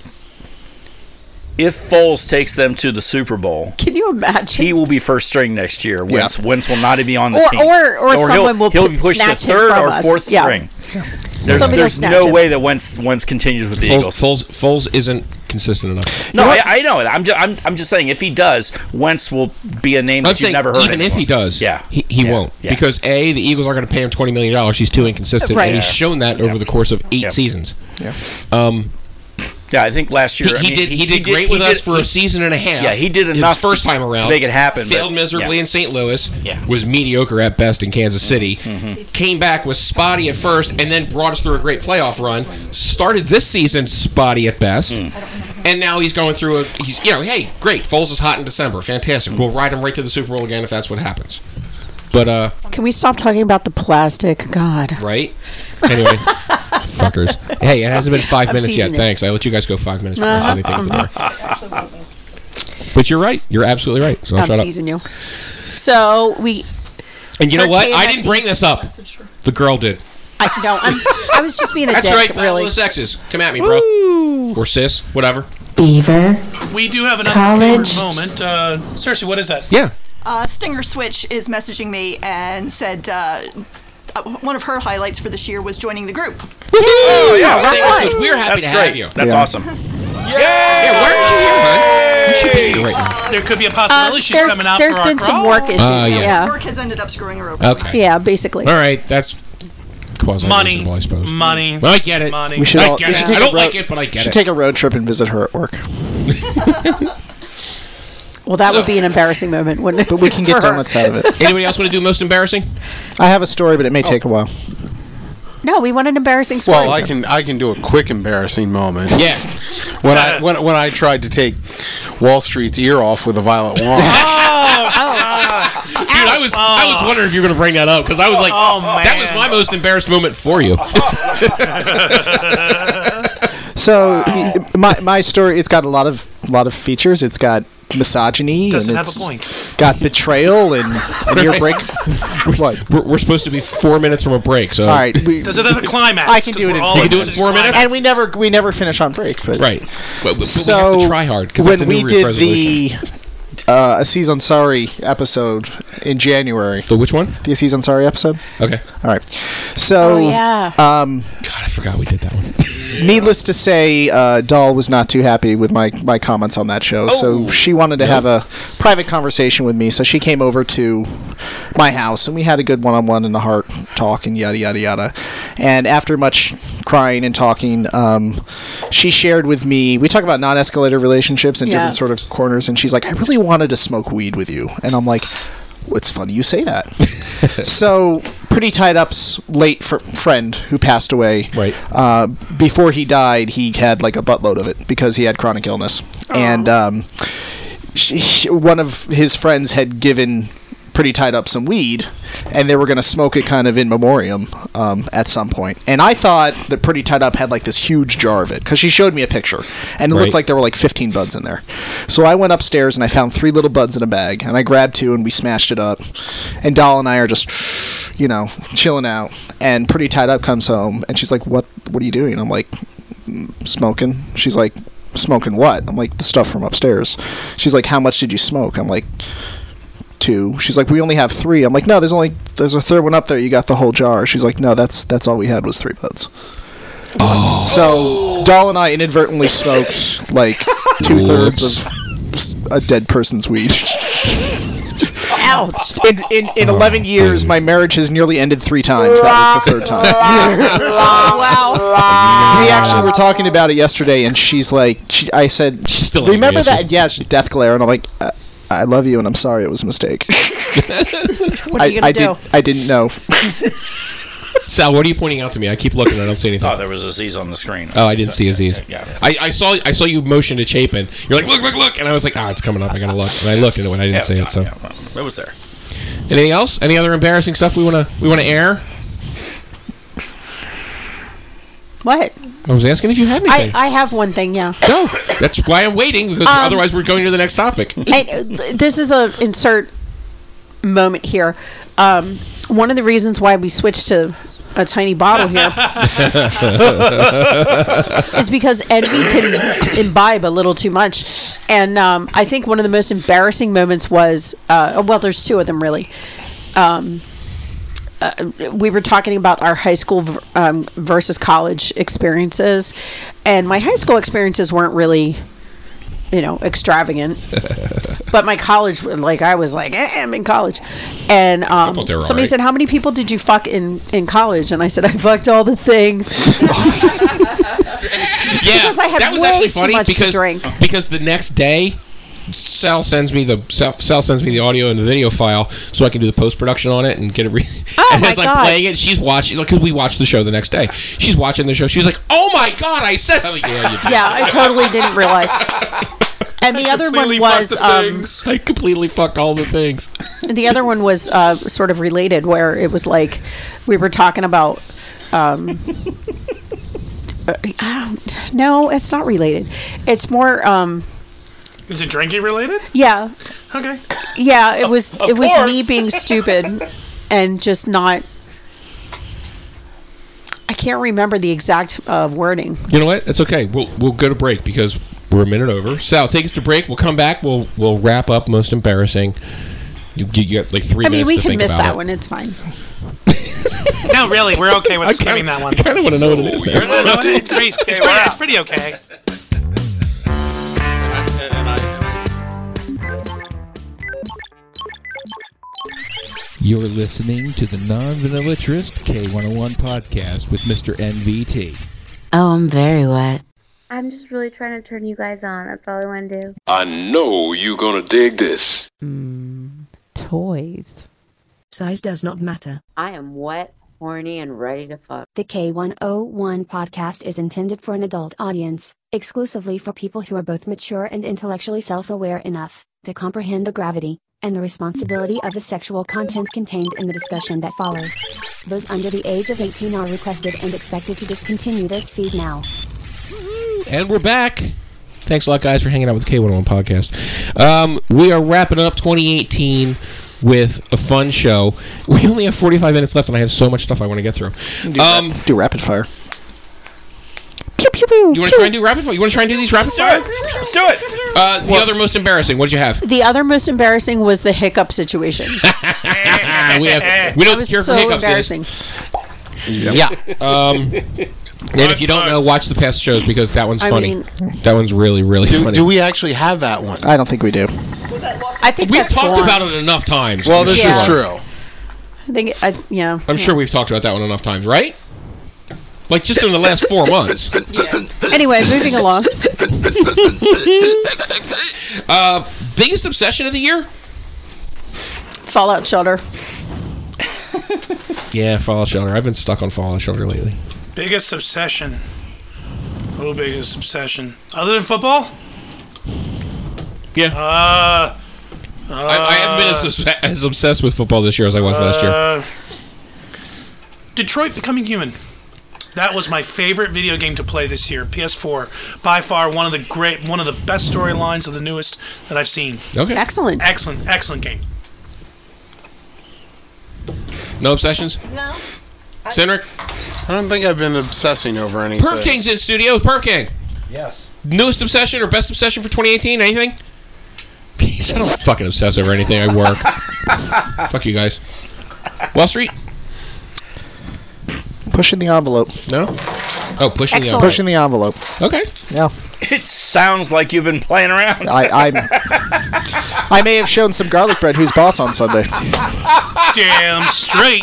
S4: If Foles takes them to the Super Bowl,
S8: can you imagine?
S4: He will be first string next year. Wentz, Wentz will not be on the
S8: Or-
S4: team,
S8: or- or
S4: he'll-
S8: someone will
S4: he'll
S8: p-
S4: be pushed to
S8: snatch him
S4: third
S8: from
S4: or
S8: us.
S4: fourth
S8: Yeah.
S4: string. There's,
S8: Somebody will
S4: there's
S8: snatch
S4: no
S8: him.
S4: way that Wentz, Wentz continues with the
S2: Foles,
S4: Eagles.
S2: Foles, Foles isn't consistent enough.
S4: No, I, I know it. I'm just, I'm, I'm just saying if he does, Wentz will be a name
S2: I'm
S4: that you've
S2: saying
S4: never heard.
S2: even if he does, yeah, he, he won't
S4: yeah.
S2: because a the Eagles aren't going to pay him twenty million dollars. He's too inconsistent,
S4: Right.
S2: and he's shown that over the course of eight
S4: Yeah.
S2: seasons.
S4: Yeah.
S2: Um,
S4: yeah, I think last year
S2: he,
S4: I
S2: he
S4: mean,
S2: did. He, did
S4: he
S2: great
S4: he
S2: with us
S4: did-
S2: for
S4: he-
S2: a season and a half.
S4: Yeah, he did
S2: His
S4: enough
S2: first
S4: to-
S2: time around
S4: to make it happen, but-
S2: Failed miserably
S4: yeah.
S2: in St. Louis.
S4: Yeah. Mm-hmm.
S2: was mediocre at best in Kansas City. Came back was spotty at first, and then brought us through a great playoff run. Started this season spotty at best.
S4: Mm.
S2: And now he's going through a. He's you know, hey, great. Foles is hot in December. Fantastic. We'll ride him right to the Super Bowl again if that's what happens. But uh,
S8: Can we stop talking about the plastic? God.
S2: Right? Anyway, fuckers. Hey, it hasn't been 5
S8: I'm
S2: minutes yet.
S8: teasing it.
S2: Thanks. I let you guys go five minutes before I said anything at the bar.
S8: Uh-huh.
S2: But you're right. You're absolutely right. So I'll
S8: I'm
S2: shut up.
S8: teasing you. So we.
S2: And you know
S8: Kirk
S2: what?
S8: Kane
S2: I
S8: had
S2: didn't bring this up. The girl did.
S8: I, no, I'm, I was just being a
S2: That's
S8: dick.
S2: right. Battle
S8: Really.
S2: of the sexes. Come at me, bro. Or sis, whatever.
S13: Beaver.
S6: We do have another
S13: College.
S6: favorite moment. Uh, Cersei, what is that?
S2: Yeah.
S9: Uh, Stinger Switch is messaging me and said uh, uh, one of her highlights for this year was joining the group.
S4: Oh yeah,
S2: Woo!
S4: right
S2: Thank you so
S4: on.
S2: much. We're happy
S4: That's
S2: to
S4: great.
S2: have you.
S4: That's
S2: Yeah.
S4: awesome.
S2: Yeah, why aren't you here, hon? You should be here right now.
S6: There could be a possibility she's
S8: Uh, there's-
S6: coming out
S8: there's
S6: for
S8: been
S6: our
S8: some
S6: crawl.
S8: work issues,
S2: Uh, yeah. yeah.
S9: Work has ended up screwing her over.
S2: Okay.
S8: Yeah, basically.
S2: All right. That's quasi
S6: Money.
S2: reasonable, I suppose.
S6: Money.
S2: Well, I get it.
S6: Money.
S5: We should
S2: I
S5: all.
S2: get
S5: we
S2: it.
S5: should take
S2: I
S5: a
S2: don't
S5: road-
S2: like it, but I get
S5: should
S2: it.
S5: take a road trip and visit her at work.
S8: Well, that would be an embarrassing moment, wouldn't it?
S5: But we can
S8: For
S5: get
S8: her.
S5: donuts out of it.
S2: Anybody else want to do most embarrassing?
S5: I have a story, but it may
S6: Oh.
S5: take a while.
S8: No, we want an embarrassing story.
S14: Well, I can I can do a quick embarrassing moment.
S2: Yeah.
S14: When I when, when I tried to take Wall Street's ear off with a violent wand.
S8: Oh,
S2: Dude, I was I was wondering if you were gonna bring that up because I was like,
S6: Oh,
S2: that was my most embarrassed moment for you.
S5: So y- my my story it's got a lot of lot of features. It's got misogyny
S6: Doesn't
S5: and
S6: have a
S5: it's
S6: point.
S5: got betrayal and, and ear break. What?
S2: We're, we're supposed to be four minutes from a break, so
S5: All right, we-
S6: Does it have a climax?
S5: I can do it. In
S6: Because we're all
S2: You can do it in four minutes.
S5: And we never we never finish on break. But
S2: Right. But, but
S5: so
S2: we have to try hard because
S5: when
S2: it's a new
S5: we
S2: re-
S5: did
S2: resolution.
S5: the uh, Assis Ansari episode in January,
S2: the which one?
S5: The Assis Ansari episode.
S2: Okay.
S5: All right. So
S8: Oh, yeah.
S5: Um,
S2: God, I forgot we did that one.
S5: Needless to say, uh, Dahl was not too happy with my, my comments on that show, so she wanted to have a private conversation with me. So she came over to my house, and we had a good one on one and a heart talk and yada yada yada. And after much crying and talking, um, she shared with me. We talk about non escalator relationships in
S8: Yeah.
S5: different sort of corners, and she's like, "I really wanted to smoke weed with you," and I'm like. It's funny you say that. so, Pretty Tied Up's late fr- friend who passed away. Right. Uh, before he died, he had like a buttload of it because he had chronic illness. And um, she, one of his friends had given Pretty Tied Up some weed, and they were going to smoke it kind of in memoriam um, at some point. And I thought that Pretty Tied Up had like this huge jar of it because she showed me a picture, and it
S15: Right.
S5: looked like there were like 15 buds in there. So I went upstairs and I found three little buds in a bag, and I grabbed two and we smashed it up. And Doll and I are just, you know, chilling out. And Pretty Tied Up comes home, and she's like, "What? What are you doing?" I'm like, smoking. She's like, smoking what? I'm like, the stuff from upstairs. She's like, how much did you smoke? I'm like, two. She's like, we only have three. I'm like, no, there's only there's a third one up there. You got the whole jar. She's like, no, that's that's all we had was three buds. So Doll and I inadvertently smoked like two thirds of s- a dead person's weed.
S8: Ouch!
S5: In in,
S2: Oh,
S5: in eleven years, my marriage has nearly ended three times. That was the third time. We actually were talking about it yesterday, and she's like, she, I said, she's
S2: still
S5: remember
S2: angry,
S5: that? Yeah, she- death glare, and I'm like, I, I love you, and I'm sorry, it was a mistake.
S8: What are you
S5: I, I
S8: going to do?
S5: Did, I didn't know.
S2: Sal, what are you pointing out to me? I keep looking. I don't see anything.
S4: Oh, there was Aziz on the screen.
S2: Oh, I didn't see Aziz.
S4: Yeah.
S2: I, I saw I saw you motion to Chapin. You're like, look, look, look, and I was like, ah, it's coming up. I gotta look. And I looked at it when I didn't
S4: Yeah,
S2: see it. So,
S4: It was there.
S2: anything else? Any other embarrassing stuff we wanna we wanna air?
S8: What?
S2: I was asking if you have
S8: I,
S2: anything.
S8: I have one thing, yeah.
S2: no, that's why I'm waiting because
S8: Um,
S2: otherwise we're going to the next topic.
S8: and uh, this is a insert moment here. Um, one of the reasons why we switched to a tiny bottle here is because envy can imbibe a little too much. And um, I think one of the most embarrassing moments was uh, well, there's two of them really. Um, uh, we were talking about our high school v- um, versus college experiences, and my high school experiences weren't really, you know, extravagant but my college, like I was like, eh, I'm in college, and um,
S15: thought they were
S8: somebody
S15: alright.
S8: said, "How many people did you fuck in in college?" And I said, "I fucked all the things."
S2: yeah,
S8: Because I had
S2: that was
S8: way
S2: actually
S8: too
S2: funny
S8: much to
S2: because
S8: drink.
S2: because the next day. Sal sends me the Sal, Sal sends me the audio and the video file so I can do the post production on it and get it. Re-
S15: Oh
S2: and
S15: my
S2: as I'm
S15: God.
S2: playing it, she's watching because we watched the show the next day. She's watching the show. She's like, "Oh my god, I said." I'm like, yeah, you did.
S8: yeah, I totally didn't realize. And the other one was um,
S2: I completely fucked all the things.
S8: the other one was uh, sort of related, where it was like we were talking about. Um, uh, um, no, it's not related. It's more. Um,
S6: Is it drinking related?
S8: Yeah.
S6: Okay.
S8: Yeah, it was
S6: of
S8: it was me
S6: course.
S8: being stupid and just not I can't remember the exact uh, wording.
S2: You know what? That's okay. We'll we'll go to break because we're a minute over. Sal, take us to break. We'll come back. We'll we'll wrap up. Most embarrassing. You, you get like three
S8: I mean,
S2: minutes
S8: we
S2: to
S8: can
S2: think
S8: miss
S2: about
S8: that
S2: it.
S8: one. It's fine.
S6: No, really, we're okay with skipping that one.
S2: I kind of want to know what it is. now.
S6: it's, pretty, it's, pretty, it's pretty okay.
S10: You're listening to the Non Vanillaturist K101 podcast with Mr. NVT.
S15: Oh, I'm very wet.
S16: I'm just really trying to turn you guys on. That's all I want to do.
S11: I know you gonna dig this.
S17: Hmm.
S1: Toys.
S18: Size does not matter.
S13: I am wet, horny, and ready to fuck.
S1: The K101 podcast is intended for an adult audience, exclusively for people who are both mature and intellectually self aware enough to comprehend the gravity and the responsibility of the sexual content contained in the discussion that follows. Those under the age of 18 are requested and expected to discontinue this feed now.
S2: And we're back. Thanks a lot, guys, for hanging out with the K101 podcast. Um, we are wrapping up 2018 with a fun show. We only have 45 minutes left, and I have so much stuff I want to get through.
S5: Do,
S2: um,
S5: rap- do rapid fire.
S2: You want to try and do rapid fire? You want to try and do these rapid fire? Let's do it. Uh, the other most embarrassing. What did you have?
S8: The other most embarrassing was the hiccup situation.
S2: Ah, we have. We know what the
S8: That was
S2: cure
S8: so
S2: for hiccups
S8: embarrassing.
S2: is. Yeah. Um, and if you don't know, watch the past shows because that one's
S8: I
S2: funny.
S8: mean-
S2: that one's really, really
S14: Do,
S2: funny.
S14: do we actually have that one?
S5: I don't think we do.
S8: I think
S2: We've
S8: that's
S2: talked
S8: gone.
S2: about it enough times.
S14: Well,
S2: I'm
S14: this
S8: Yeah.
S14: is true.
S8: I think I yeah.
S2: I'm sure we've talked about that one enough times, right? Like just in the last four months.
S8: Anyway, moving along.
S2: Uh, biggest obsession of the year?
S8: Fallout shelter.
S2: Yeah, Fallout Shelter. I've been stuck on Fallout Shelter lately.
S6: Biggest obsession. Oh, biggest obsession. Other than football?
S2: Yeah.
S6: Uh,
S2: I, I haven't been as, obs- as obsessed with football this year as I was last year.
S6: Uh, Detroit Becoming Human. That was my favorite video game to play this year. PS4, by far one of the great, one of the best storylines of the newest that I've seen.
S2: Okay.
S8: Excellent.
S6: Excellent, excellent game.
S2: No obsessions?
S6: No.
S14: Cindric? I don't think I've been obsessing over anything.
S2: Perf King's in studio. Perf King. Yes. Newest obsession or best obsession for 2018? Anything? Jeez, I don't fucking obsess over anything. I work. Fuck you guys. Wall Street?
S5: Pushing the envelope.
S2: No. Oh, pushing
S4: Excellent.
S5: Pushing the envelope.
S2: Okay.
S5: Yeah.
S4: It sounds like you've been playing around.
S5: I I'm, I may have shown some garlic bread who's boss on Sunday.
S6: Damn straight.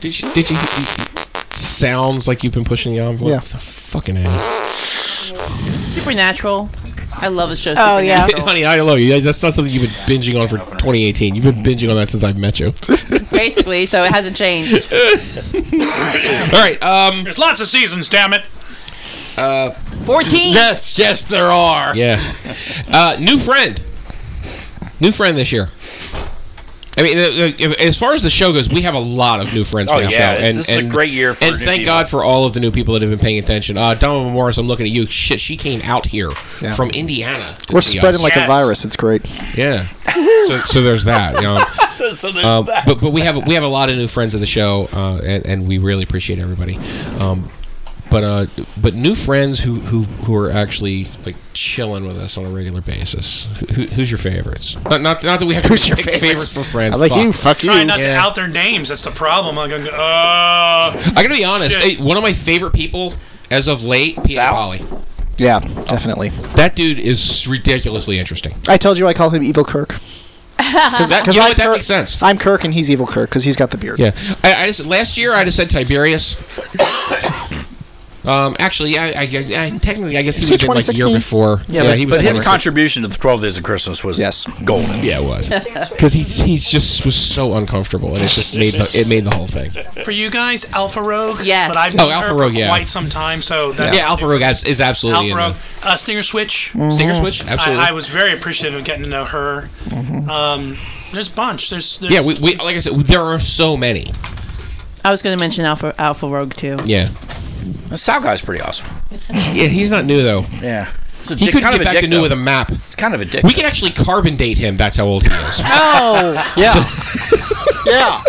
S2: Did you? Did you? Sounds like you've been pushing the envelope.
S7: Yeah.
S2: Fucking a.
S7: Supernatural. I love the show.
S8: Oh, yeah.
S7: Supernatural.
S2: Honey, I love you. That's not something you've been binging on for 2018. You've been binging on that since I've met you.
S7: Basically, so it hasn't changed.
S2: All right. Um,
S6: There's lots of seasons, damn it.
S2: Uh,
S7: 14.
S2: Yes, yes, there are. Yeah. Uh, new friend. New friend this year. I mean, uh, uh, if- as far as the show goes, we have a lot of new friends
S4: Oh,
S2: for the
S4: yeah.
S2: show, and
S4: This is a
S2: and-
S4: great year for
S2: and
S4: new
S2: thank
S4: people.
S2: God for all of the new people that have been paying attention. Uh, Donovan Morris, I'm looking at you. Shit, she came out here
S5: Yeah.
S2: from Indiana. to
S5: We're
S2: see
S5: spreading
S2: us.
S5: like a virus. It's great.
S2: Yeah. so, so there's that. You know.
S4: so there's
S2: Uh,
S4: that.
S2: but but we have we have a lot of new friends of the show, uh, and, and we really appreciate everybody. Um, but uh, but new friends who, who who are actually like chilling with us on a regular basis. Who, who's your favorites? Not, not not that we have to
S6: Who's your
S2: pick favorites?
S6: favorites?
S2: for friends.
S5: I like you, fuck you.
S6: Trying not to
S2: Yeah.
S6: out their names. That's the problem. I'm gonna. go, Uh,
S2: I gotta be honest.
S6: shit.
S2: eh, one of my favorite people as of late, Peter Polly.
S5: Yeah, definitely.
S2: That dude is ridiculously interesting.
S5: I told you I call him Evil Kirk.
S2: Because that, you know what, that makes sense.
S5: I'm Kirk and he's Evil Kirk because he's got the beard.
S2: Yeah. I, I just, last year I'd have said Tiberius. um, actually, yeah, I, I, guess- I technically I guess he
S5: Is
S2: was
S5: he
S2: in like the year
S5: 2016?
S2: before.
S4: Yeah, but,
S2: he was
S4: but his
S2: 2016.
S4: contribution to the 12 Days of Christmas was
S5: Yes.
S4: golden.
S2: Yeah, it was because he he's just was so uncomfortable and it just made the, it made the whole thing.
S6: For you guys, Alpha Rogue. Yes. But I've
S2: Oh,
S6: known
S2: Alpha
S6: her for
S2: Rogue, yeah.
S6: Quite some time. So
S2: Yeah,
S6: that's
S2: Alpha Rogue abs- is absolutely
S6: Alpha
S2: in
S6: Rogue. Uh, Stinger Switch.
S8: Mm-hmm.
S2: Mhm. Stinger Switch, absolutely.
S6: I, I was very appreciative of getting to know her.
S8: Mm-hmm.
S6: Um, there's a bunch. There's,
S2: the-
S6: there's
S2: yeah, we, we like I said, there are so many.
S7: I was going to mention Alpha Alpha Rogue too.
S2: Yeah,
S4: The Sal guy's pretty awesome.
S2: yeah, he's not new though.
S4: Yeah. He's a
S2: He
S4: dick-
S2: couldn't
S4: kind
S2: get
S4: of a
S2: back to
S4: dick,
S2: new
S4: though.
S2: with a map.
S4: It's kind of a dick.
S2: We can actually carbon date him. That's how old he is.
S4: Oh,
S2: yeah.
S5: yeah.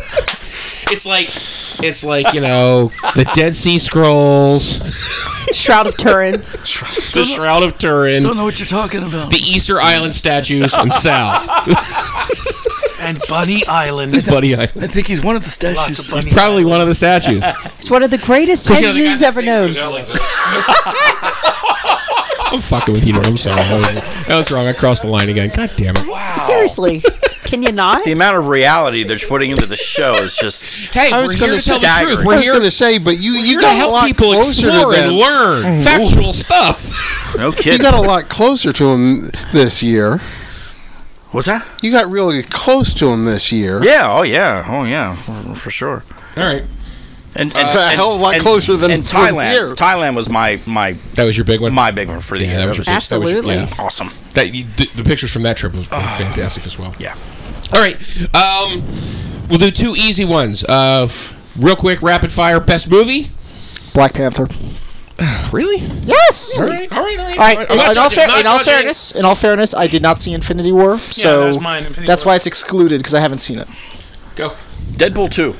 S2: It's like it's like you know the Dead Sea Scrolls,
S8: Shroud of Turin.
S2: the Shroud of Turin,
S4: know what you're talking about.
S2: the Easter Island statues, and Sal.
S6: and Bunny Island.
S2: Bunny Island.
S4: I think he's one of the statues.
S6: Lots of bunny.
S2: Probably one of the statues.
S8: It's one of the greatest
S2: Cause, you know, the
S8: engines
S2: guy-
S8: ever known.
S2: I'm fucking with you. Norm. I'm sorry. That was wrong. I crossed the line again. God damn it.
S8: Seriously, can you not?
S4: The amount of reality they're putting into the show is just.
S2: Hey, we're here to tell the truth. We're here
S14: to say, but you you
S2: We're
S14: got
S2: to
S14: a
S2: help
S14: lot
S2: people
S14: closer to
S2: explore and
S14: them.
S2: learn
S14: Mhm.
S2: factual stuff.
S4: No
S14: You
S4: kidding.
S14: got a lot closer to him this year.
S4: What's that?
S14: You got really close to him this year.
S4: Yeah. Oh yeah. Oh yeah. For, for sure.
S2: All right.
S4: And, and,
S14: Uh, a hell of a lot closer than-
S4: and
S14: than
S4: Thailand.
S14: here.
S4: Thailand was my my.
S2: That was your big one.
S4: My big one for the year.
S2: that was your- that was your- Absolutely. yeah.
S4: awesome. Ah.
S2: That the, the pictures from that trip was were fantastic as well.
S4: Yeah.
S2: All right. Um, we'll do two easy ones. Uh, real quick, rapid fire. Best movie.
S5: Black Panther.
S2: Really?
S5: Yes.
S2: All right. All right. All right.
S5: All right.
S2: I'm
S5: In,
S2: not
S5: in all,
S2: judging,
S5: fair,
S2: not
S5: in all
S2: judging.
S5: fairness, in all fairness, I did not see Infinity War, so
S6: that was mine, Infinity
S5: that's
S6: War.
S5: why it's excluded because I haven't seen it.
S2: Go.
S4: Deadpool two.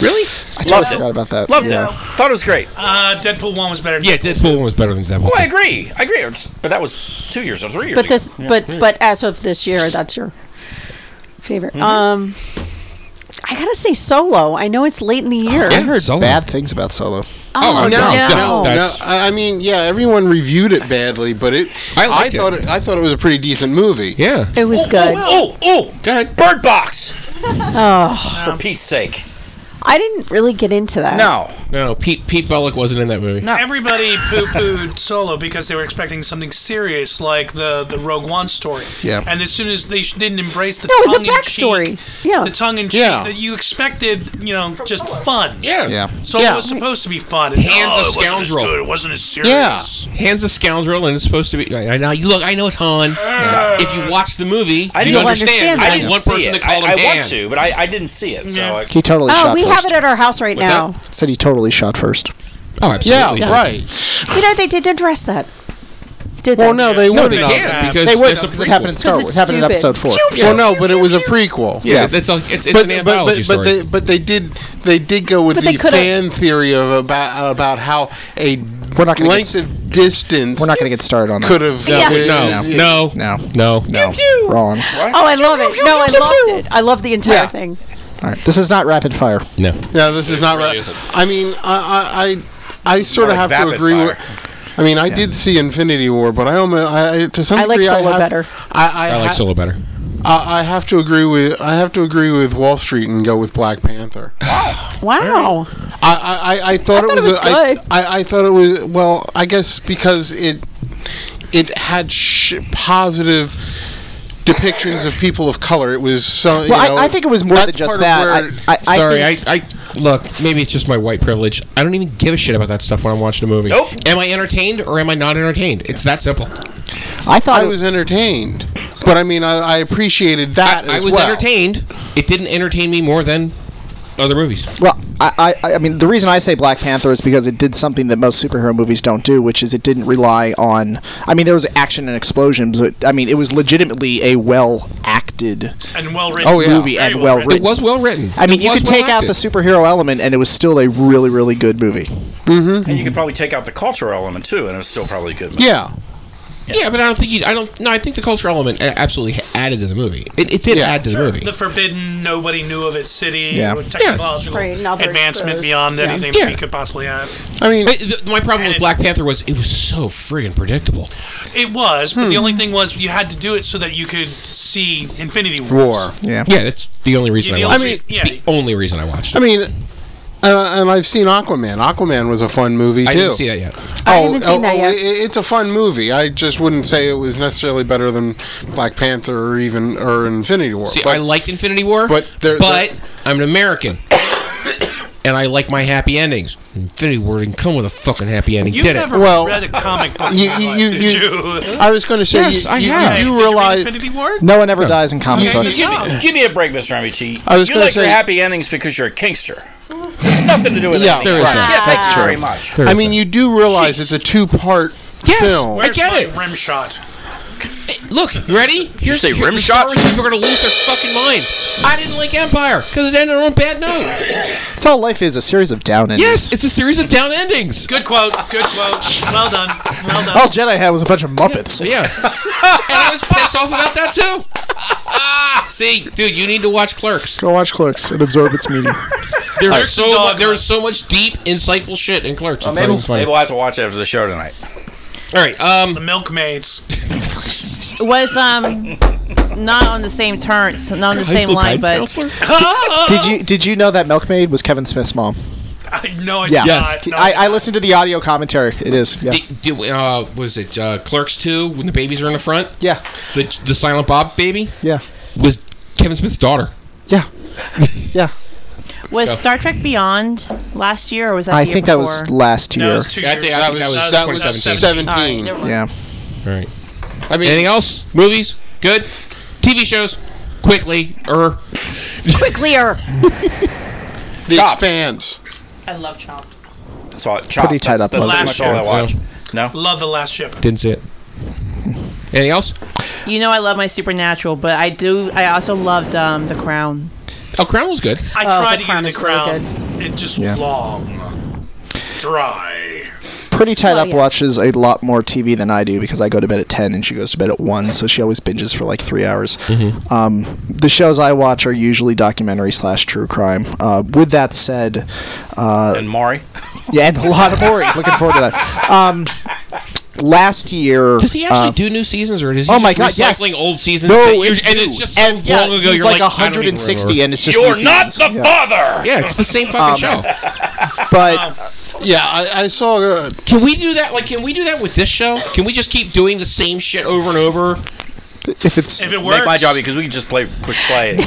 S2: Really?
S5: I totally
S4: Loved it.
S5: forgot about that.
S4: Loved
S5: yeah.
S4: it. Thought it was great.
S6: Uh, Deadpool one was better. Than
S2: Yeah, Deadpool one was better than Deadpool.
S4: Well, I
S2: two.
S4: agree. I agree. It's- But that was two years or three years.
S8: But this,
S4: ago. Yeah.
S8: but but as of this year, that's your favorite.
S2: Mm-hmm.
S8: Um, I gotta say Solo. I know it's late in the year.
S5: I heard
S2: Solo.
S5: bad things about Solo.
S8: Oh,
S14: no,
S8: no.
S14: no, no.
S2: That's-
S14: I I mean, yeah, everyone reviewed it badly, but it.
S2: I
S14: I,
S2: liked it.
S14: thought it. I thought it was a pretty decent movie.
S2: Yeah.
S8: It was good.
S4: Oh, oh,
S2: go ahead.
S4: Bird Box.
S8: Oh,
S4: For Pete's sake.
S8: I didn't really get into that.
S4: No.
S2: No, Pete Pete Bellick wasn't in that movie.
S6: Everybody poo-pooed Solo because they were expecting something serious, like the the Rogue One story.
S2: Yeah.
S6: And as soon as they sh- didn't embrace the
S8: No, it was a
S6: tongue in cheek,
S8: backstory. Yeah.
S6: the tongue in cheek
S2: Yeah.
S6: that you expected, you know, just fun.
S2: Yeah.
S14: Yeah.
S6: Solo
S2: Yeah.
S6: was supposed to be fun. And,
S2: Hands
S6: oh,
S2: a
S6: it wasn't as
S2: scoundrel.
S6: good, It wasn't as serious.
S2: Yeah, Hands a scoundrel, and it's supposed to be. I know. You look, I know it's Han. If you watch the movie,
S4: I
S2: you
S4: didn't
S2: understand.
S4: I
S2: I
S4: didn't
S2: one
S4: see
S2: person
S4: it.
S2: to call
S4: I,
S2: him
S4: I
S2: Han.
S4: want to, but I, I didn't see it. So I,
S5: He totally
S8: Oh,
S5: shot
S8: we
S5: first.
S8: have it at our house right
S2: What's
S8: now.
S5: Said he totally shot first.
S2: Oh, absolutely.
S14: Yeah, right.
S8: You know they did address that. Did
S14: Well,
S8: they?
S14: no, they
S2: No,
S14: wouldn't.
S2: they can't,
S14: have.
S2: because
S14: they
S2: it's
S14: wouldn't
S2: a
S14: because it happened in
S2: prequel.
S14: Star
S8: Because
S14: Wars.
S8: it's
S14: It happened in
S8: stupid.
S14: episode four.
S8: Pew, pew,
S14: Well, no, but it was a prequel.
S2: Yeah, that's a, it's, it's
S14: but,
S2: an
S14: but-
S2: anthology
S14: but,
S2: story.
S14: But they, but they did they did go with
S8: But they
S14: the
S8: coulda-
S14: fan theory of about about how a
S5: We're not gonna get
S14: length
S5: s-
S14: of distance
S5: We're not going to get started on that.
S14: could have
S8: Yeah.
S2: no, no,
S5: No.
S2: no,
S5: No. Wrong.
S8: Oh, I love it. No, I loved it. I loved the entire
S14: Yeah.
S8: thing.
S5: All right. This is not rapid fire.
S2: no.
S14: No, this is not
S2: really
S14: right.
S2: isn't.
S14: I mean, I I, I, I sort of
S4: more like
S14: have to
S4: Vapid
S14: agree
S4: Fire.
S14: with. I mean, I did see Infinity War, but I almost I, I- to some
S8: I like
S14: degree
S8: Solo
S14: I have,
S8: better.
S14: I, I,
S2: I like
S14: ha-
S2: Solo better.
S14: I, I have to agree with I have to agree with Wall Street and go with Black Panther.
S8: Wow.
S14: I, I, I thought,
S8: thought
S14: it
S8: it was
S14: was, a- I-
S8: good.
S14: I, I, thought it was well. I guess because it it had sh- positive depictions of people of color. It was so. you
S5: Well, I-
S14: know,
S5: I think it was more than
S14: that's
S5: just
S14: part
S5: that.
S14: of
S5: I- I
S2: Sorry,
S5: think-
S2: I, I look. Maybe it's just my white privilege. I don't even give a shit about that stuff when I'm watching a movie.
S4: Nope.
S2: Am I entertained or am I not entertained? It's that simple.
S5: I thought
S14: I
S5: it
S14: was entertained, but I mean, I, I appreciated that.
S2: I
S14: as
S2: was
S14: well.
S2: entertained. it didn't entertain me more than other movies.
S5: Well, I, I, I mean, the reason I say Black Panther is because it did something that most superhero movies don't do, which is it didn't rely on. I mean, there was action and explosions, but I mean, it was legitimately a well acted
S6: And well-written. Oh, yeah.
S5: movie
S6: Very
S5: and well
S6: well-written.
S5: written.
S6: It was
S2: well-written.
S5: I mean,
S6: It
S5: you
S6: was
S5: could take out
S6: well-acted.
S5: the superhero element, and it was still a really, really good movie. Mm-hmm.
S4: And you could probably take out the cultural element too, and it was still probably a good. Movie.
S5: Yeah.
S2: Yeah. but I don't think you. I don't. No, I think the cultural element a- absolutely added to the movie. It, it did add to the movie.
S6: The forbidden, nobody knew of its city,
S2: Yeah.
S6: technological
S8: Right, now they're
S6: advancement
S8: exposed.
S6: beyond
S8: Yeah.
S6: anything
S2: Yeah.
S6: that we could possibly have.
S2: I mean, my problem with Black Panther was it was so friggin' predictable.
S6: It was, but the only thing was you had to do it so that you could see Infinity Wars.
S5: Yeah.
S2: Yeah, that's the only reason
S6: Yeah,
S2: I
S6: the
S2: watched
S6: only
S2: it.
S6: reason-
S2: It's the only reason I watched it.
S14: I mean, uh, and I've seen Aquaman. Aquaman was a fun movie too.
S2: I didn't see that yet.
S14: Oh,
S2: I haven't seen
S14: oh,
S2: that
S14: oh,
S2: yet.
S14: i- it's a fun movie. I just wouldn't say it was necessarily better than Black Panther or even or Infinity War.
S2: See,
S14: but
S2: I liked Infinity War, but
S14: there-
S2: but I'm an American, and I like my happy endings. Infinity War didn't come with a fucking happy ending,
S6: You
S2: did
S6: never
S2: it?
S6: read a comic book,
S14: you-
S6: in your
S14: you-
S6: life,
S14: you-
S6: did you?
S14: I was going to say
S6: Yes,
S14: you,
S6: I
S14: you-
S6: have. Did
S14: You,
S6: you read
S14: realize
S6: Infinity War?
S5: No one ever dies in comic
S4: Give me,
S5: books.
S4: give me a break, Mr. MVT.
S5: I was
S4: you
S5: gonna
S4: like your
S5: say-
S4: happy endings because you're a kingster. Nothing to do with
S14: yeah,
S4: anything. else. Yeah, thank you very much.
S14: I mean, you do realize it's a two-part film.
S6: Where's my rim shot?
S2: Look, you ready? Here's
S4: say
S2: here-
S4: rim
S2: the
S4: shot?
S2: Star Wars people are gonna lose their fucking minds. I didn't like Empire because it ended on a bad note.
S5: It's all life is a series of down endings.
S2: yes, it's a series of down endings.
S6: Good quote. Good quote. Well done. Well done.
S5: All Jedi had was a bunch of Muppets.
S2: Yeah. and I was pissed off about that too. See, dude, you need to watch Clerks.
S5: Go watch Clerks and absorb its meaning.
S2: There's
S5: Alright.
S2: so mu- there's so much deep, insightful shit in Clerks.
S4: Well,
S2: It's
S4: maybe,
S2: funny.
S4: maybe we'll have to watch it after the show tonight.
S2: All right. Um,
S6: the milkmaids.
S7: was um not on the same turn, so not on the
S5: High
S7: same
S5: school
S7: line,
S5: guidance
S7: but
S5: counselor? did you did you know that Milkmaid was Kevin Smith's mom?
S2: Oh,
S6: No, I
S5: yeah.
S2: Yes.
S5: Yes. I, I listened to the audio commentary. It is. Yeah.
S2: Did- did- uh, was it uh, Clerks Two when the babies are in the front?
S5: Yeah.
S2: The the Silent Bob baby.
S5: Yeah.
S2: Was Kevin Smith's daughter.
S5: yeah.
S7: was
S2: Go.
S7: Star Trek Beyond last year or was that?
S5: I
S7: the year
S5: think that was
S7: before?
S5: last year.
S2: I think, I think that was,
S14: that was
S2: 2017.
S14: seventeen.
S5: yeah.
S2: Hmm. All right. I mean, anything else? Movies? Good. TV shows? Quickly, er.
S8: Quickly, er.
S14: The Expanse.
S7: I love Chomp.
S4: That's all. Chop.
S5: Pretty tied
S4: That's-
S5: up
S4: That's
S5: most
S4: pretty
S5: of
S4: much
S5: the
S4: all I
S5: show.
S4: watch. No.
S6: Love the last ship.
S2: Didn't see it. Anything else?
S7: You know I love my Supernatural, but I do. I also loved um, The Crown.
S2: Oh, Crown was good.
S6: I
S7: Oh,
S6: tried
S7: The
S6: to get in
S7: Crown
S6: the
S7: is really
S6: crown. it just
S5: Yeah.
S6: long, dry.
S5: Pretty tied
S6: Oh,
S5: up
S6: yeah.
S5: watches a lot more TV than I do because I go to bed at ten and she goes to bed at one, so she always binges for like three hours.
S8: Mm-hmm.
S5: Um, the shows I watch are usually documentary slash true crime. Uh, with that said, uh,
S4: And Maury.
S5: yeah, and a lot of more. Looking forward to that. Um, last year,
S2: Does he actually
S5: uh,
S2: do new seasons, or is he
S5: Oh
S2: just
S5: my God,
S2: recycling
S5: yes.
S2: old seasons?
S5: No,
S2: that you-
S5: it's
S2: and
S5: new.
S2: it's just so
S5: And, yeah,
S2: long ago.
S5: he's
S2: you're
S5: like
S2: like, I don't even
S5: 160
S2: remember.
S5: and it's just You're new not seasons. the Yeah. father!
S2: Yeah, it's the same fucking show.
S5: Um, but
S14: yeah, I, I saw. Uh,
S2: Can we do that? Like, can we do that with this show? Can we just keep doing the same shit over and over?
S5: If it's
S6: if it
S4: Make my job because we can just play push play.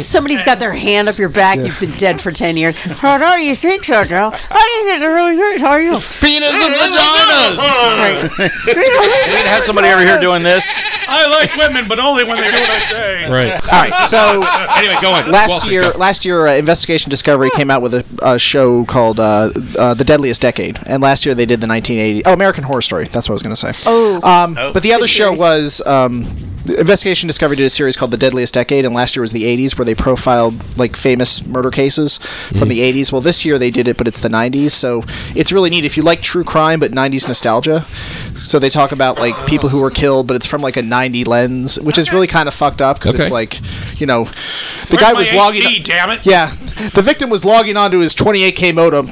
S8: Somebody's got their hand up your back. You've been dead for ten years. How do you think so, Joe? How do you get really great? How are you?
S14: Penis and
S8: vaginas.
S4: we can have somebody over here doing this.
S6: I like women, but only when they do what I say.
S2: Right.
S5: All right. So
S2: anyway, go on. Wall
S5: Last
S2: Street,
S5: year,
S2: go.
S5: last year, uh, Investigation Discovery came out with a, a show called uh, uh, "The Deadliest Decade," and last year they did the 1980. Oh, American Horror Story. That's what I was going to say.
S8: Oh.
S5: um,
S8: Oh.
S5: but the other
S8: Good
S5: show
S8: series.
S5: was. Um, Investigation Discovery did a series called The Deadliest Decade, and last year was the 80s, where they profiled like famous murder cases from
S6: Hmm.
S5: the 80s. Well, this year they did it, but it's the 90s, so it's really neat if you like true crime but 90s nostalgia. So they talk about like people who were killed, but it's from like a 90 lens, which is really kind of fucked up because
S2: Okay.
S5: it's like, you know, the
S6: Where's
S5: guy
S6: my
S5: was logging.
S6: HD, damn it.
S5: Yeah, the victim was logging onto his 28k modem.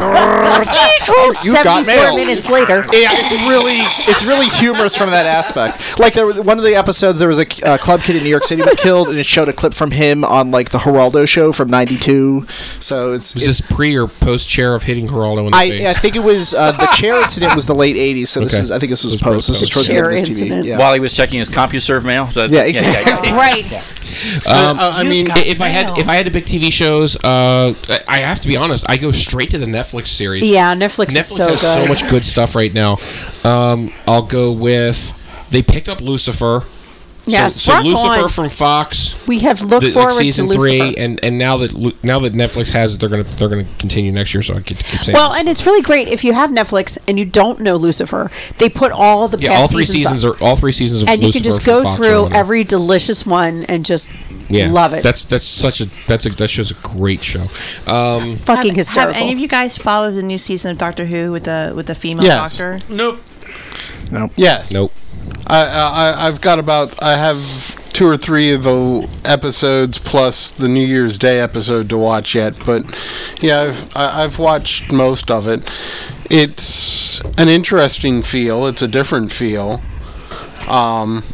S5: Oh, you got
S8: 74
S5: mail.
S8: minutes later.
S5: Yeah, it's really it's really humorous from that aspect. Like there was one of the episodes, there was a uh, club kid in New York City was killed, and it showed a clip from him on like the Geraldo show from '92. So it's
S2: Was this pre or post chair of hitting Geraldo in the face?
S5: I, I think it was uh, the chair incident was the late '80s. So this
S2: Okay.
S5: is I think this was
S2: It was
S5: post. This was
S2: post.
S5: towards the end
S2: Chair
S5: of his TV. Yeah.
S4: While he was checking his CompuServe mail. Is that-
S5: Yeah, exactly.
S8: Right.
S2: Um,
S14: I- I
S2: you
S14: mean-
S2: got if I had if I had to pick TV shows, uh, I- I have to be honest. I go straight to the Netflix series.
S8: Yeah, Netflix is so
S2: has so
S8: good.
S2: much good stuff right now. Um, I'll go with they picked up Lucifer.
S8: Yes,
S2: so, so
S8: rock
S2: Lucifer
S8: on.
S2: from Fox.
S8: We have looked
S2: the- like
S8: forward
S2: season
S8: to
S2: three,
S8: Lucifer.
S2: and and now that Lu- now that Netflix has it, they're gonna they're gonna continue next year. So I keep, keep saying,
S8: Well, and it's really great if you have Netflix and you don't know Lucifer. They put all the
S2: yeah,
S8: past
S2: all three
S8: seasons,
S2: seasons
S8: up.
S2: are all three seasons of
S8: and you
S2: Lucifer
S8: can just
S2: from
S8: go
S2: Fox are
S8: through
S2: on there.
S8: every delicious one and just
S2: yeah,
S8: love it.
S2: That's that's such a that's a that show's a great show. Um,
S8: fucking
S7: have,
S8: hysterical.
S7: Have any of you guys followed the new season of Doctor Who with the with the female
S14: Yes.
S7: doctor?
S6: Nope.
S5: Nope.
S14: Yes.
S2: Nope.
S14: I, I I've got about I have two or three of the episodes plus the New Year's Day episode to watch yet, but yeah, I've I, I've watched most of it. It's an interesting feel. It's a different feel. Um,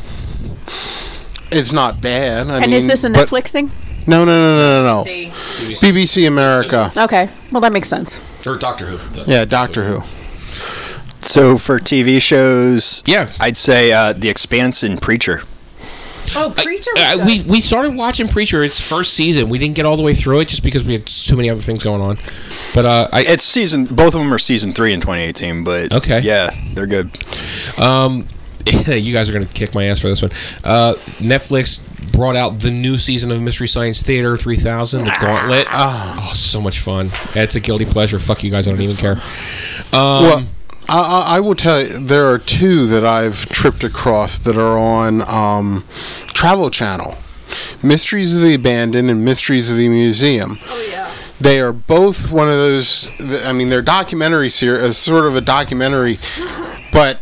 S14: it's not bad. I
S8: and is
S14: mean,
S8: this a
S14: but-
S8: Netflix thing?
S14: No, no, no, no, no, no.
S8: BBC.
S14: BBC America.
S8: Okay. Well, that makes sense.
S2: Or Doctor Who.
S14: Yeah, Doctor Who.
S19: So for TV shows,
S2: yeah,
S19: I'd say uh, The Expanse and Preacher.
S8: Oh, Preacher.
S2: Uh, we we started watching Preacher its first season. We didn't get all the way through it just because we had too many other things going on. But uh, I,
S19: it's season. Both of them are season three in 2018. But
S2: Okay.
S19: yeah, they're good.
S2: Um, you guys are going to kick my ass for this one. Uh, Netflix brought out the new season of Mystery Science Theater 3000, The Gauntlet.
S8: Ah.
S2: Oh, so much fun. It's a guilty pleasure. Fuck you guys. I don't even care. Um,
S14: well, I, I- I will tell you, there are two that I've tripped across that are on um, Travel Channel Mysteries of the Abandoned and Mysteries of the Museum. Oh, yeah. They are both one of those, th- I mean, they're documentaries here, as sort of a documentary, but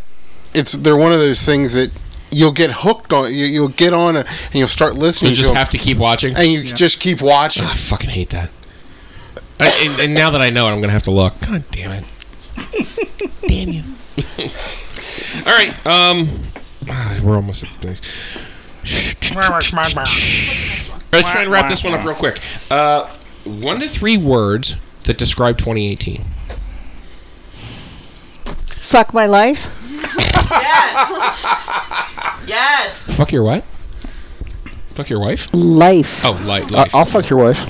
S14: it's they're one of those things that. You'll get hooked on you. You'll get on a, and you'll start listening.
S2: you just have to keep Ah, watching.
S14: and you just keep watching.
S2: I fucking hate that. I, and, and now that I know it, I'm going to have to look. God damn it. damn you. all right. Um, ah, we're almost at the place. Let's try and wrap this one up real quick. Uh, one to three words that describe 2018.
S8: Fuck my life. yes.
S2: Fuck your what? Fuck your wife?
S5: Life.
S2: Oh, li- life.
S5: I'll fuck your wife.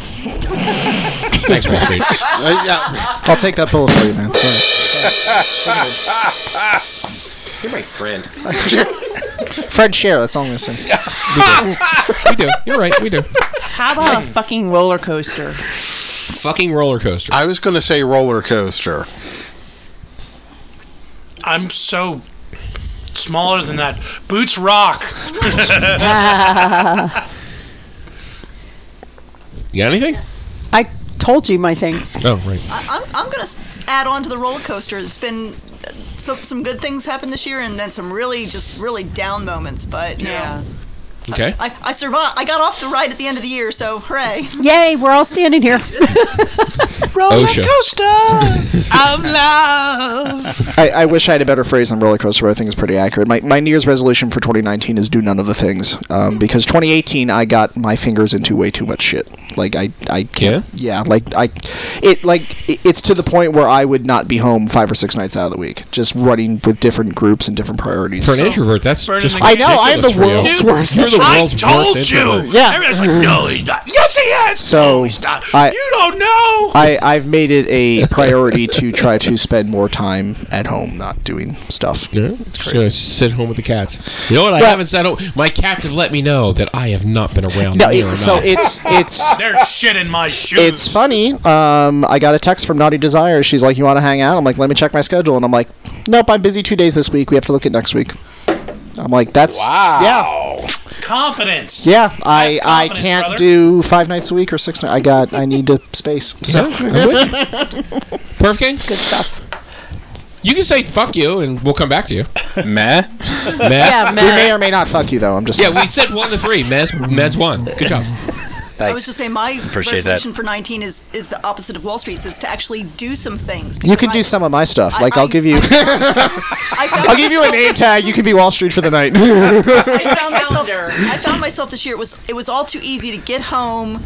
S2: Thanks, Wall Street.
S5: I'll take that bullet for you, man.
S2: You're my friend.
S5: Fred Share, that's all I'm going to say.
S2: we do. You're right. We do.
S7: How about a fucking roller coaster?
S2: Fucking roller coaster.
S14: I was going to say roller coaster.
S6: I'm so smaller than that. Boots rock.
S2: You got anything?
S8: I told you my thing.
S2: Oh, right.
S9: I- I'm, I'm going to add on to the roller coaster. It's been uh, so, some good things happened this year and then some really, just really down moments. But, yeah.
S2: Okay.
S9: I, I survived. I got off the ride at the end of the year, so hooray.
S8: Yay, we're all standing here.
S2: Roller OSHA.
S9: coaster
S6: of love.
S5: I, I wish I had a better phrase than roller coaster, but I think it's pretty accurate. My, my New Year's resolution for 2019 is do none of the things. Um,
S6: Mm.
S5: because 2018, I got my fingers into way too much shit. Like, I, I can't. Yeah? like, I. It, like, it- it's to the point where I would not be home five or six nights out of the week, just running with different groups and different priorities.
S2: For an introvert, that's Burning just the
S5: I know, I'm the
S2: ridiculous for you. Dude,
S5: world's worst.
S2: you're the
S5: introvert.
S2: world's I worst told you! introvert.
S5: Yeah.
S6: Everyone's like, no, he's not. Yes, he is.
S5: So,
S6: no, he's not.
S5: I-
S6: you don't know.
S5: I, I've made it a priority to try to spend more time at home, not doing stuff.
S2: Yeah, Just gonna sit home with the cats. You know what? I
S5: Yeah.
S2: haven't said. Oh, my cats have let me know that I have not been around.
S5: No,
S2: near
S5: it- so
S2: enough.
S5: it's it's
S6: There's shit in my shoes.
S5: it's funny. Um, I got a text from Naughty Desire. She's like, "You want to hang out?" I'm like, "Let me check my schedule." And I'm like, "Nope, I'm busy two days this week. We have to look at next week." I'm like, "That's
S6: Wow. Yeah. Confidence.
S5: yeah, yeah. I
S6: That's
S5: I
S6: confidence,
S5: can't
S6: brother.
S5: do five nights a week or six. nights. I got I need to space. So
S2: Yeah, I'm with you. Perf King? Good
S8: stuff.
S2: You can say fuck you and we'll come back to you.
S19: Meh?
S2: Meh?
S5: we may or may not fuck you though. I'm just
S2: Yeah, we said one to three. Meh's, meh's one. Good job.
S9: I was just saying, my
S2: Appreciate that.
S9: resolution for 19 is, is the opposite of Wall Street's. It's to actually do some things.
S5: You can do some of my stuff. Like I'll give you, I'll give you a name tag. You can be Wall Street for the night.
S9: I found myself. I found myself this year. It was it was all too easy to get home,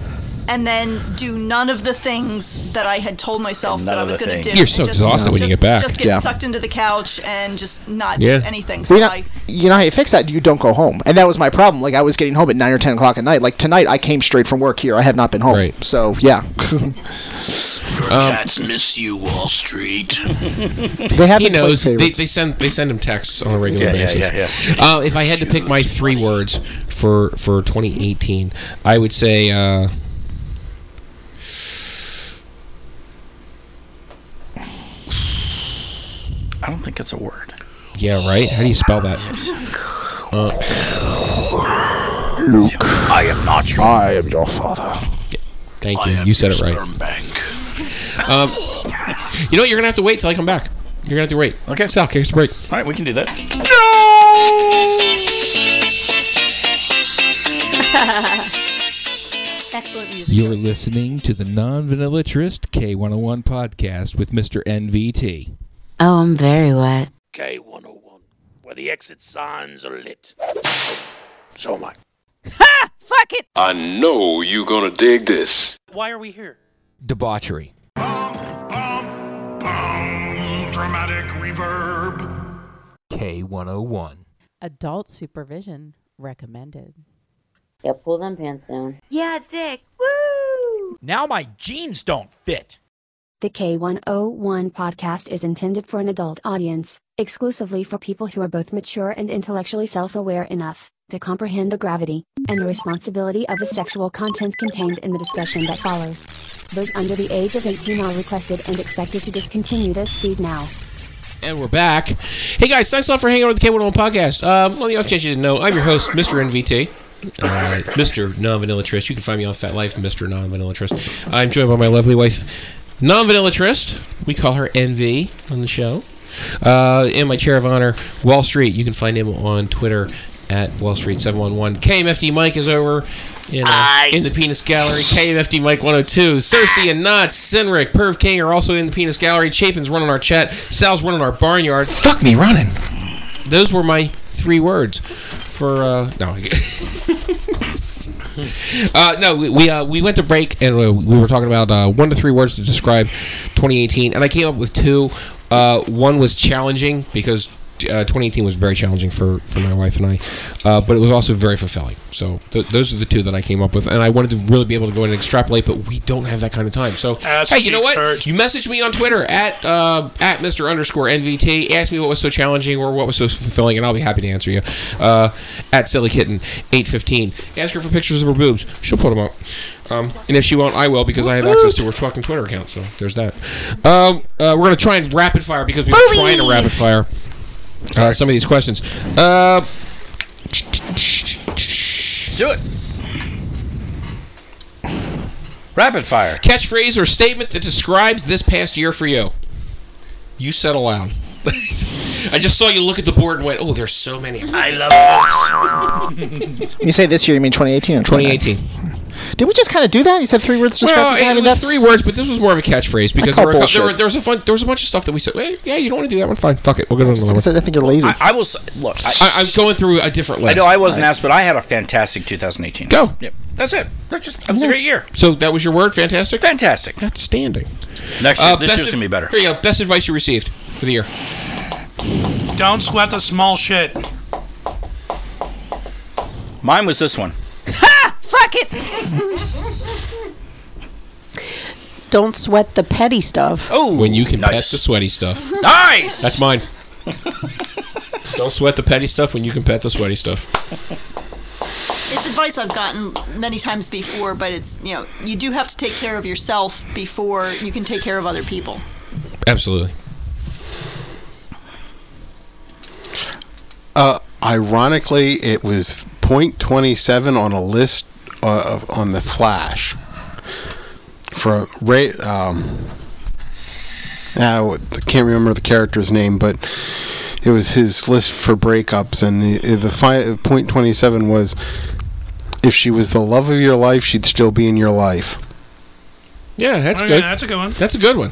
S9: and then do none of the things that I had told myself
S2: None
S9: that I
S2: of
S9: was
S2: the
S9: going to
S2: things.
S9: do.
S2: You're so
S9: Just-
S2: exhausted when you get
S9: just-
S2: back.
S9: Just get
S5: Yeah.
S9: sucked into the couch and just not
S5: Yeah.
S9: do anything. So
S5: We not,
S9: I,
S5: you know how you fix that? You don't go home, and that was my problem. Like I was getting home at nine or ten o'clock at night. Like tonight, I came straight from work here. I have not been home. So yeah,
S17: Your
S2: Um,
S17: cats miss you, Wall Street.
S2: They he knows. They, they send they send him texts on a regular
S4: Yeah, yeah,
S2: basis.
S4: yeah,
S2: Uh, if I had to pick my three words for for 2018, I would say uh,
S4: I don't think it's a word.
S2: yeah, right. How do you spell that? Uh,
S5: Luke,
S4: I am not your.
S5: I am your father.
S2: Thank you. You said it right. Um, you know what? You're gonna have to wait till I come back. You're gonna have to wait. Okay. Sal, kick us a break.
S4: All right, we can do that.
S8: Excellent music.
S10: You're listening to the non vanillaturist K101 podcast with Mr. NVT.
S15: Oh, I'm very wet.
S17: K101, where the exit signs are lit. So am I.
S11: I know you gonna dig this.
S6: Why are we here?
S2: Debauchery.
S12: Dramatic reverb.
S2: K101.
S20: Adult supervision recommended.
S13: Yeah, pull them pants down.
S16: Yeah, Dick.
S21: Now my jeans don't fit.
S1: The K101 podcast is intended for an adult audience, exclusively for people who are both mature and intellectually self aware enough to comprehend the gravity and the responsibility of the sexual content contained in the discussion that follows. Those under the age of 18 are requested and expected to discontinue this feed now.
S2: And we're back. Hey guys, thanks a lot for hanging out with the K101 podcast. Um, on the off chance you didn't know, I'm your host, Mr. NVT. Uh, Mr. Non Vanilla Trist. You can find me on Fat Life, Mr. Non Vanilla Trist. I'm joined by my lovely wife, Non Vanilla Trist. We call her NV on the show. Uh, in my chair of honor, Wall Street. You can find him on Twitter at Wall Street 711. KMFD Mike is over in, uh, in the Penis Gallery. KMFD Mike 102. Cersei and Knott, Sinric, Perv King are also in the Penis Gallery. Chapin's running our chat. Sal's running our barnyard. Fuck me running. Those were my three words for. Uh, no. Uh, no, we we, uh, we went to break and uh, we were talking about uh, one to three words to describe 2018, and I came up with two. Uh, one was challenging because uh, 2018 was very challenging for, for my wife and I, uh, but it was also very fulfilling. So th- those are the two that I came up with, and I wanted to really be able to go in and extrapolate, but we don't have that kind of time. So
S6: Ass
S2: hey, you know
S6: cheeks
S2: what? You message me on Twitter at uh, at Mr. Underscore NVT. Ask me what was so challenging or what was so fulfilling, and I'll be happy to answer you. Uh, at Silly Kitten eight fifteen. Ask her for pictures of her boobs. She'll put them up. Um, and if she won't, I will because I have access to her fucking Twitter account. So there's that. Um, uh, we're gonna try and rapid fire because we've been trying to rapid fire uh, some of these questions. Uh,
S4: Do it. Rapid fire.
S2: Catchphrase or statement that describes this past year for you. You said aloud. I just saw you look at the board and went, "Oh, there's so many." I love books.
S5: You say this year, you mean 2018 or
S2: 2019?
S5: Did we just kind of do that? You said three words to describe
S2: well,
S5: the guy?
S2: it
S5: I mean,
S2: was
S5: that's-
S2: three words, but this was more of a catchphrase because there,
S5: call
S2: were a couple, there,
S5: bullshit.
S2: were, there was a fun, there was a bunch of stuff that we said. "Eh, yeah, you don't want to do that one. Fine, fuck it. We'll go to another
S5: I
S2: one.
S5: said, I think you're lazy.
S4: I, I will s look. I,
S2: I, I'm going through a different list.
S4: I know I wasn't asked, but I had a fantastic 2018.
S2: Go.
S4: Yep. That's it. That's just. That was a great year.
S2: So that was your word, fantastic.
S4: Fantastic.
S2: Outstanding.
S4: Next year,
S2: Uh,
S4: this
S2: best
S4: year's
S2: ad-
S4: gonna be better.
S2: Here you go. Best advice you received for the year.
S6: Don't sweat the small shit.
S4: Mine was this one.
S8: Fuck it. Don't sweat the petty stuff.
S4: Oh,
S2: when you can pet the sweaty stuff.
S4: Nice.
S2: That's mine. Don't sweat the petty stuff when you can pet the sweaty stuff.
S9: It's advice I've gotten many times before, but it's you know you do have to take care of yourself before you can take care of other people.
S2: Absolutely.
S14: Uh, ironically, it was point twenty seven on a list uh, of- on the Flash for Ray. Um, ah, I can't remember the character's name, but it was his list for breakups, and the, the fi- point twenty seven was if she was the love of your life, she'd still be in your life.
S2: Yeah, that's
S6: Okay,
S2: good.
S6: Oh, that's a good one.
S2: That's a good one.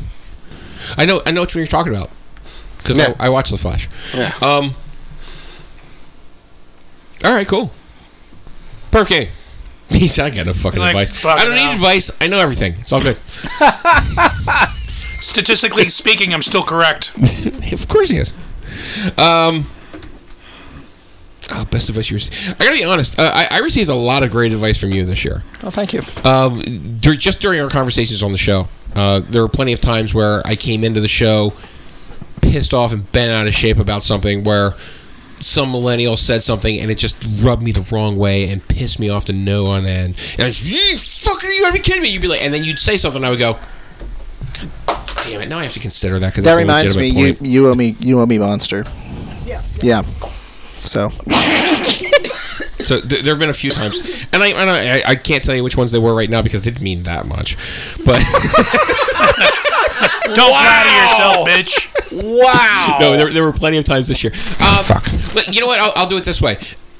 S2: I know. I know what you're talking about because
S14: Yeah.
S2: I, I watch The Flash.
S14: Yeah.
S2: Um. All right. Cool. Perf King. He said, "I got no fucking
S6: Like,
S2: advice.
S6: fuck
S2: I don't
S6: it
S2: need
S6: out."
S2: advice. I know everything. It's all good."
S6: Statistically speaking, I'm still correct.
S2: of course he is. Um. Oh, best advice you received. I gotta be honest. Uh, I, I received a lot of great advice from you this year.
S5: Oh, thank you.
S2: Um, dur- just during our conversations on the show, uh, there were plenty of times where I came into the show pissed off and bent out of shape about something where some millennial said something and it just rubbed me the wrong way and pissed me off to no end. And I was, you fucking, you gotta be kidding me. You'd be like, and then you'd say something and I would go, God damn it, now I have to consider that because
S5: That reminds me, you, you owe me you owe me monster.
S2: Yeah.
S5: Yeah. So
S2: So th- there have been a few times, and I, and I I- I can't tell you which ones they were right now because they didn't mean that much, but
S6: Don't flatter yourself, bitch.
S4: Wow.
S2: no, there, there were plenty of times this year. Uh, But you know what? I'll, I'll do it this way.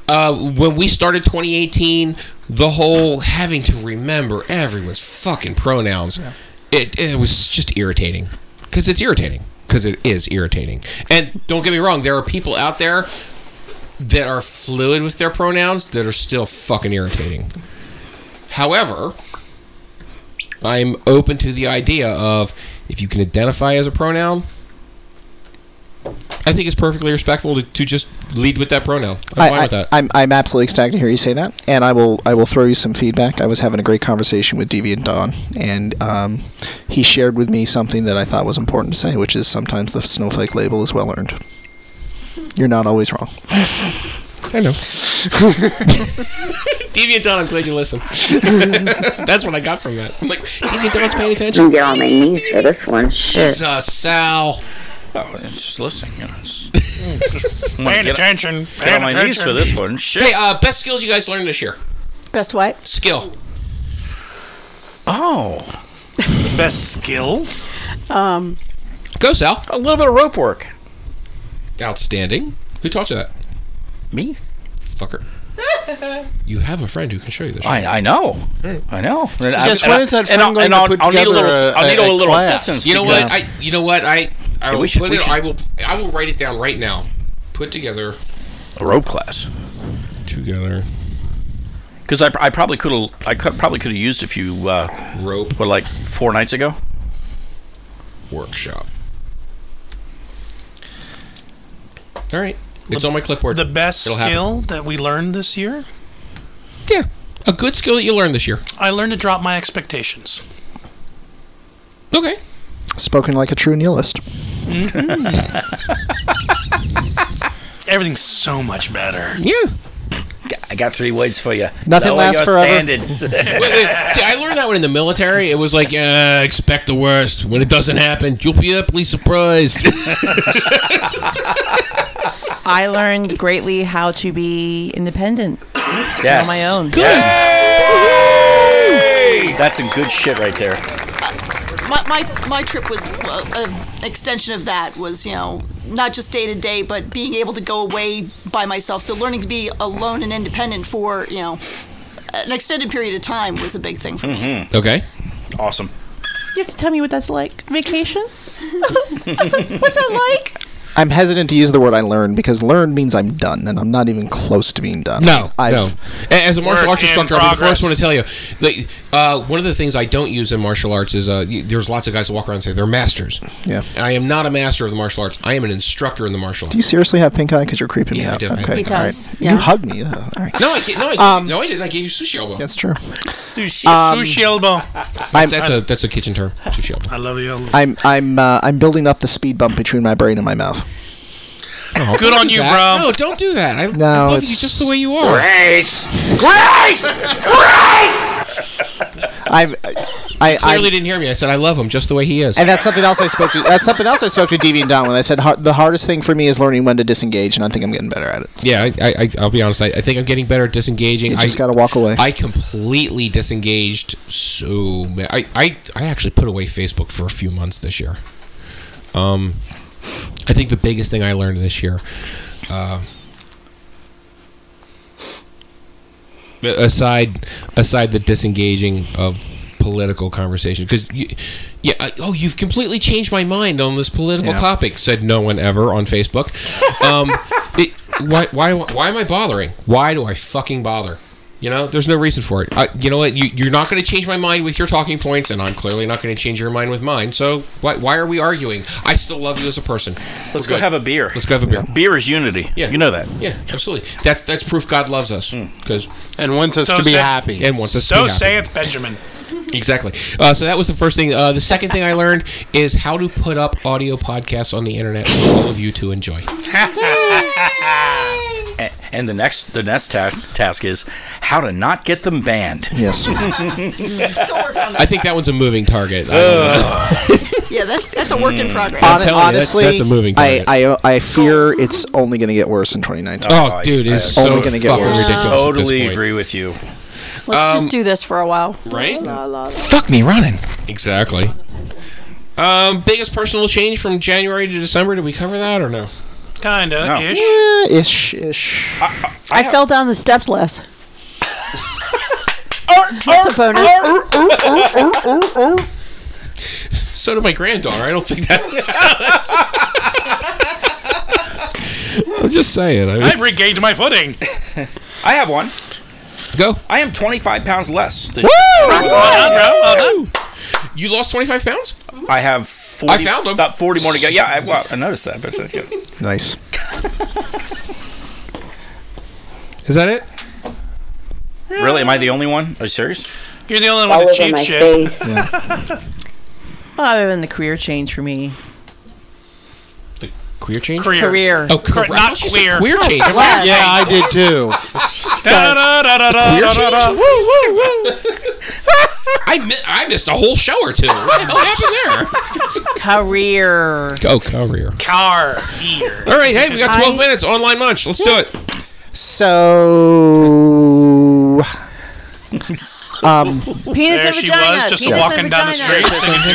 S2: Uh, when we started 2018, the whole having to remember everyone's fucking pronouns, it, it was just irritating. Because it's irritating. Because it is irritating. And don't get me wrong, there are people out there that are fluid with their pronouns that are still fucking irritating. However, I'm open to the idea of if you can identify as a pronoun, I think it's perfectly respectful to, to just lead with that pronoun. I'm fine
S5: I,
S2: with that.
S5: am I'm absolutely ecstatic to hear you say that, and I will I will throw you some feedback. I was having a great conversation with Deviant Don, and um, he shared with me something that I thought was important to say, which is sometimes the snowflake label is well earned. You're not always wrong.
S2: I know. Deviant Don, I'm glad you listened. That's what I got from that. I'm like, Deviant Don's paying
S13: I'm
S2: attention.
S13: gonna get on my knees for this one. Shit.
S2: Jesus, uh, Sal.
S4: Oh, it's just listening. You know, it's- I'm gonna
S6: Paying
S4: get-
S6: attention.
S4: Get on my knees for this one. Shit.
S2: Hey, uh, best skills you guys learned this year?
S8: Best what?
S2: Skill.
S4: Oh.
S6: Best skill?
S8: Um,
S2: Go, Sal.
S4: A little bit of rope work.
S2: Outstanding. Who taught you that?
S4: Me.
S2: Fucker. You have a friend who can show you this.
S4: I, I know.
S2: Hmm.
S4: I know. And I-
S2: Yes,
S4: and
S2: when
S4: I-
S2: is that
S4: and I'll-
S2: friend going
S4: and
S2: to
S4: I'll-
S2: put
S4: I'll need a
S2: together
S4: little-
S2: a-
S4: I'll need a
S2: a
S4: little
S2: class?
S4: assistance.
S2: You know
S4: because-
S2: what? I you know what? I I
S4: Yeah,
S2: will
S4: we should-
S2: put
S4: we
S2: it,
S4: should-
S2: I will I will write it down right now. Put together
S4: a rope class
S2: together.
S4: Because I, I probably could have I could, probably could have used a few uh,
S2: rope
S4: what like four nights ago.
S2: Workshop. All right. It's on my clipboard.
S6: The best
S2: It'll happen.
S6: skill that we learned this year?
S2: Yeah. A good skill that you learned this year.
S6: I learned to drop my expectations.
S2: Okay.
S5: Spoken like a true nihilist.
S6: Mm-hmm. Everything's so much better.
S2: Yeah.
S4: I got three words for you.
S5: Nothing
S4: Lower
S5: lasts
S4: your
S5: forever.
S4: Standards.
S2: See, I learned that one in the military. It was like, uh, expect the worst. When it doesn't happen, you'll be happily surprised.
S7: I learned greatly how to be independent
S4: Yes.
S7: on my own.
S4: Yes. That's some good shit right there.
S8: my, my, my trip was uh, an extension of that was you know not just day to day but being able to go away by myself so learning to be alone and independent for you know an extended period of time was a big thing for me
S4: Mm-hmm.
S2: Okay.
S4: Awesome.
S7: You have to tell me what that's like. Vacation? What's that like?
S5: I'm hesitant to use the word I learned because learned means I'm done, and I'm not even close to being done.
S2: No,
S5: I've,
S2: no. A- As a martial
S5: Work
S2: arts
S5: in
S2: instructor, I'll be the first
S5: progress.
S2: one to tell you. Like, uh, one of the things I don't use in martial arts is uh, y- there's lots of guys that walk around and say they're masters.
S5: Yeah.
S2: I am not a master of the martial arts. I am an instructor in the martial
S5: Do
S2: arts.
S5: you seriously have pink eye? Because you're creeping me
S2: I
S5: out.
S2: do. I
S5: Okay.
S2: have pink
S5: all
S2: eye.
S5: right.
S2: Yeah.
S5: You hug me. Ugh, all right.
S2: No, I can't, no, I, no, I didn't. I gave you sushi elbow.
S5: Um, That's true.
S6: Sushi,
S5: Um,
S6: sushi elbow.
S5: I'm-
S2: that's a that's a kitchen term. Sushi elbow.
S6: I love you. elbow.
S5: I'm I'm uh, I'm building up the speed bump between my brain and my mouth.
S2: Oh,
S6: Good
S2: don't
S6: on
S2: do
S6: you,
S2: that.
S6: bro.
S2: No, don't do that. I, I
S5: No,
S2: love you
S5: it's-
S2: just the way you are.
S4: Grace!
S12: Grace! Grace!
S5: I'm I, I
S2: Clearly didn't hear me. I said I love him just the way he is.
S5: And that's something else I spoke to. That's something else I spoke to Deviant Don when I said "Har- the hardest thing for me is learning when to disengage, and I think I'm getting better at it.
S2: Yeah, I, I, I- I'll be honest. I, I think I'm getting better at disengaging.
S5: You
S2: I
S5: just got to walk away.
S2: I completely disengaged. So ma- I, I, I actually put away Facebook for a few months this year. Um, I think the biggest thing I learned this year, uh, aside aside the disengaging of political conversation, because yeah, I, oh, you've completely changed my mind on this political
S5: Yeah.
S2: topic," said no one ever on Facebook. Um, it, why, why, why am I bothering? Why do I fucking bother? You know, there's no reason for it. Uh, you know what? You, you're not going to change my mind with your talking points, and I'm clearly not going to change your mind with mine. So why, why are we arguing? I still love you as a person.
S4: Let's go have a beer.
S2: Let's go have a beer.
S4: Beer is unity.
S2: Yeah,
S4: you know that.
S2: Yeah, absolutely. That's that's proof God loves us because
S14: and wants us So to be say- happy.
S2: And wants us
S6: so
S2: to be happy.
S6: saith Benjamin.
S2: Exactly. Uh, so that was the first thing. Uh, the second thing I learned is how to put up audio podcasts on the internet for all of you to enjoy.
S4: A- And the next the next task task is how to not get them banned.
S5: Yes.
S2: I think that one's a moving target. I don't know.
S4: Ugh.
S9: yeah, that's that's a work in progress.
S2: I'm telling you, that-
S5: honestly,
S2: that's a moving
S5: I, I, I fear it's only going to get worse in 2019.
S2: Oh, dude, it's
S5: only
S2: so
S5: going to get
S2: fucking
S5: worse.
S2: ridiculous.
S4: Totally agree with you.
S8: Let's just do this for a while.
S2: Um, Right?
S8: La, la, la.
S2: Fuck me running. Exactly. Um, biggest personal change from January to December. Did we cover that or no?
S6: Kinda
S2: No.
S6: ish.
S5: Yeah, ish, ish.
S8: I, fell down the steps less.
S2: That's
S8: a bonus.
S2: So did my granddaughter. I don't think that.
S10: I'm just saying. I mean,
S4: I've
S6: regained my footing.
S4: I have one.
S2: Go.
S4: I am 25 pounds less. This
S2: Woo!
S4: year.
S2: Rock on,
S6: Well
S2: You lost 25 pounds?
S4: I have 40,
S2: I found 'em.
S4: about 40 more to go. Yeah, I, well, I noticed that. But uh, that's good.
S5: Nice.
S2: Is that it?
S4: Really, am I the only one? Are you serious?
S6: You're the only
S4: one
S7: All
S4: with
S7: over
S4: cheap
S7: my
S4: shit.
S7: face. Well, other than the career change for me.
S2: Career change?
S7: Career. Career.
S2: Oh, career.
S7: Not queer.
S2: Queer change.
S7: Oh, wow.
S14: Yeah, I did too.
S2: Queer change? I, mi- I missed a whole show or two. What the hell happened there?
S7: Career.
S2: Oh, career.
S6: Car.
S2: All right, hey, we got 12
S6: I-
S2: minutes. Online lunch. Let's do it.
S5: So. Um,
S7: Penis
S6: there
S7: and
S6: she
S7: vagina.
S6: was, just
S7: penis
S6: walking
S7: and
S6: down the
S7: vagina.
S6: street. singing to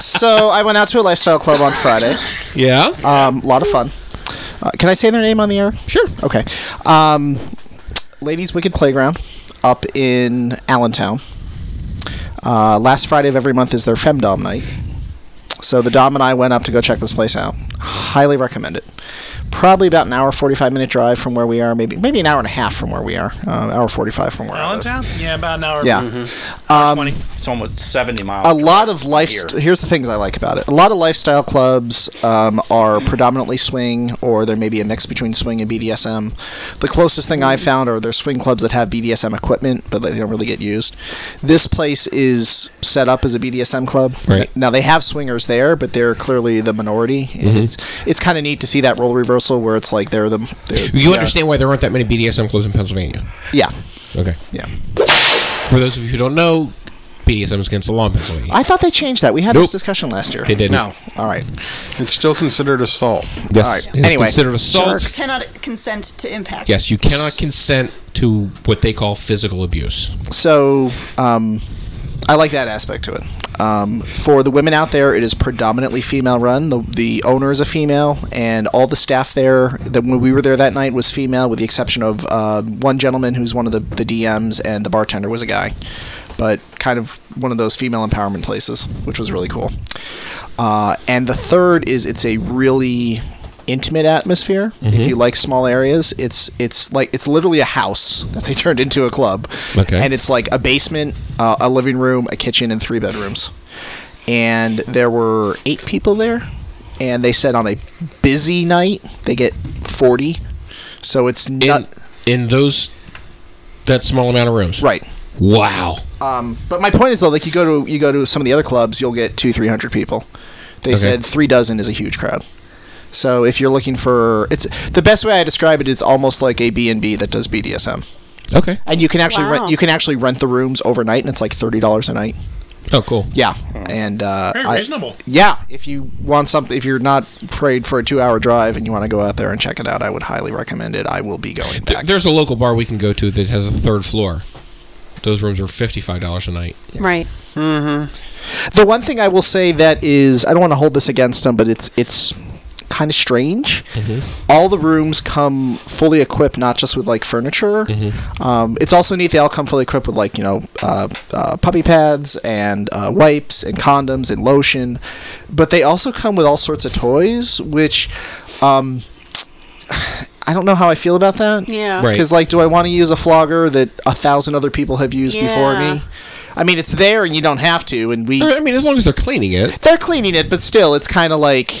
S5: so I went out to a lifestyle club on Friday.
S2: Yeah.
S5: Um, a lot of fun. Uh, can I say their name on the air?
S2: Sure.
S5: Okay. Um, Ladies Wicked Playground up in Allentown. Uh, last Friday of every month is their femdom night. So the Dom and I went up to go check this place out. Highly recommend it. Probably about an hour, 45 minute drive from where we are, maybe maybe an hour and a half from where we are, uh, hour 45 from where Um, we are.
S6: Allentown? Yeah, about an hour.
S5: Yeah.
S4: Hour 20. Mm-hmm. It's almost 70 miles.
S5: a lot of life. here's the things I like about it. A lot of lifestyle clubs um,
S2: Mm-hmm.
S5: are predominantly swing, or there may be a mix between swing and BDSM. The closest thing
S2: Mm-hmm.
S5: I've found are there's swing clubs that have BDSM equipment, but they don't really get used. This place is set up as a BDSM club.
S2: Right.
S5: now they have swingers there, but they're clearly the minority. And
S2: Mm-hmm.
S5: It's it's kind of neat to see that role reversal where it's like they're the they're,
S2: You
S5: yeah.
S2: understand why there aren't that many BDSM clubs in Pennsylvania.
S5: Yeah.
S2: Okay.
S5: Yeah.
S2: For those of you who don't know, BDSM is against the law in Pennsylvania.
S5: I thought they changed that. We had
S2: Nope.
S5: this discussion last year.
S2: They didn't.
S5: No. All right.
S14: It's still considered assault.
S2: Yes. It's considered assault.
S9: Cannot consent to impact.
S2: Yes, you cannot consent to what they call physical abuse.
S5: So, um, I like that aspect to it. Um, for the women out there, it is predominantly female run. The, the owner is a female, and all the staff there, that when we were there that night, was female, with the exception of uh, one gentleman who's one of the, the DMs, and the bartender was a guy. But kind of one of those female empowerment places, which was really cool. Uh, and the third is it's a really intimate atmosphere. If
S2: Mhm.
S5: you like small areas, it's it's like it's literally a house that they turned into a club.
S2: Okay.
S5: And it's like a basement, uh, a living room, a kitchen, and three bedrooms. And there were eight people there, and they said on a busy night they get forty. So it's not
S2: in, those that small amount of rooms.
S5: Right.
S2: Wow.
S5: Um, but my point is though, like you go to you go to some of the other clubs, you'll get two, three hundred people. They
S2: Okay.
S5: said three dozen is a huge crowd. So if you're looking for, it's the best way I describe it. It's almost like a B and B that does BDSM,
S2: Okay.
S5: and you can actually
S2: Wow.
S5: rent you can actually rent the rooms overnight, and it's like thirty dollars a night.
S2: Oh, cool.
S5: Yeah, and uh,
S6: Very
S5: I-
S6: reasonable.
S5: yeah, if you want something, if you're not afraid for a two-hour drive and you want to go out there and check it out, I would highly recommend it. I will be going.
S2: Th- There's a local bar we can go to that has a third floor. Those rooms are fifty-five dollars a night.
S8: Right.
S5: Mm-hmm. The one thing I will say that is, I don't want to hold this against them, but it's it's kind of strange. All the rooms come fully equipped, not just with like furniture. Um, it's also neat they all come fully equipped with like you know uh, uh, puppy pads and uh, wipes and condoms and lotion, but they also come with all sorts of toys, which. Um, I don't know how I feel about that.
S8: Yeah.
S2: Right.
S5: Because like, do I want to use a flogger that a thousand other people have used before
S8: Yeah.
S5: me? I mean, it's there and you don't have to, and we.
S2: I mean, as long as they're cleaning it.
S5: They're cleaning it, but still, it's kind of like.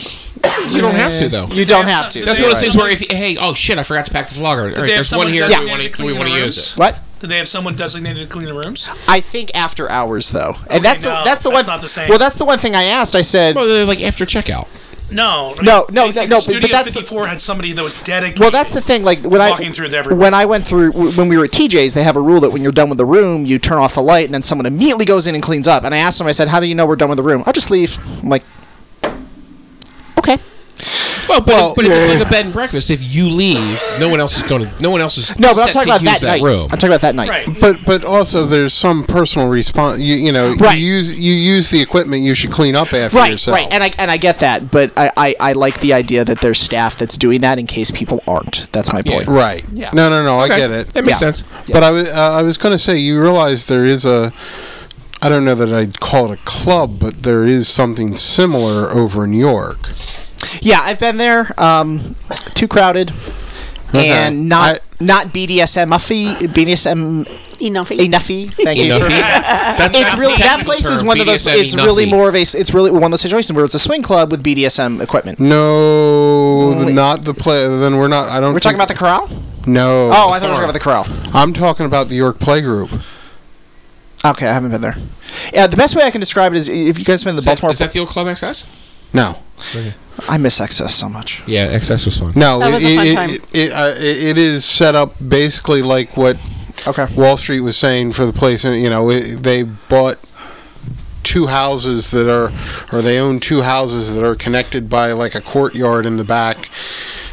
S2: You don't have to though.
S5: You don't have to.
S2: That's one of those
S5: Right.
S2: things where if you, hey, oh shit, I forgot to pack the flogger. All right,
S6: they have
S2: there's one
S6: someone
S2: here.
S6: who
S2: Do we
S6: doesn't
S2: want
S6: have
S2: to
S6: to
S2: we
S6: clean
S2: want to
S6: the
S2: use it?
S5: What?
S6: Do they have someone designated to clean the rooms?
S5: I think after hours though, and
S6: Okay,
S5: that's
S6: no,
S5: the, that's the one.
S6: that's not the same.
S5: Well, that's the one thing I asked. I said,
S2: well, they're like after checkout.
S6: No, I
S5: No,
S6: mean,
S5: no,
S6: basically,
S5: no, but-
S6: Studio
S5: but that's the-
S6: 54 had somebody that was dedicated.
S5: Well, that's the thing. Like when I
S6: Walking through to everybody.
S5: when I went through when we were at TJ's, they have a rule that when you're done with the room, you turn off the light, and then someone immediately goes in and cleans up. And I asked them, I said, "How do you know we're done with the room?" I'll just leave. I'm like, okay.
S2: Well, but, but if it's like a bed and breakfast, if you leave, no one else is going to. No one else is.
S5: No, but I'm
S2: set
S5: talking
S2: to
S5: about
S2: use
S5: that night.
S2: room.
S5: I'm talking about that night.
S14: But but also there's some personal response. You you know you use you use the equipment. You should clean up after
S5: Right,
S14: yourself.
S5: right, and I and I get that, but I, I, I like the idea that there's staff that's doing that in case people aren't. That's my point.
S14: Right. No, no, no. I get it.
S2: That makes sense.
S14: But I was uh, I was going to say you realize there is a I don't know that I'd call it a club, but there is something similar over in York.
S5: Yeah, I've been there. Um, too crowded,
S14: Okay.
S5: and not not BDSM uffy, BDSM
S8: Enough.
S5: enoughy. Thank you.
S2: Enoughy. That's
S5: it's
S2: the
S5: really that
S2: technical
S5: place is
S2: term,
S5: one of those.
S2: BDSM
S5: It's really
S2: enoughy.
S5: more of a. It's really one of those situations where it's a swing club with BDSM equipment.
S14: No, not the play. Then we're not. I don't.
S5: We're talking about the corral.
S14: No.
S5: Oh, I thought we were talking about the corral.
S14: I'm talking about the York Playgroup.
S5: Okay, I haven't been there. Yeah, the best way I can describe it is if you guys been to the Baltimore.
S2: Is that the old Club XS?
S14: No.
S5: I miss excess so much.
S2: Yeah, XS was fun.
S14: No,
S5: That
S14: it,
S5: was a fun
S14: it-
S5: time.
S14: it- it, uh, it- it is set up basically like what Wall Street was saying for the place. And you know, it, they bought two houses that are, or they own two houses that are connected by like a courtyard in the back,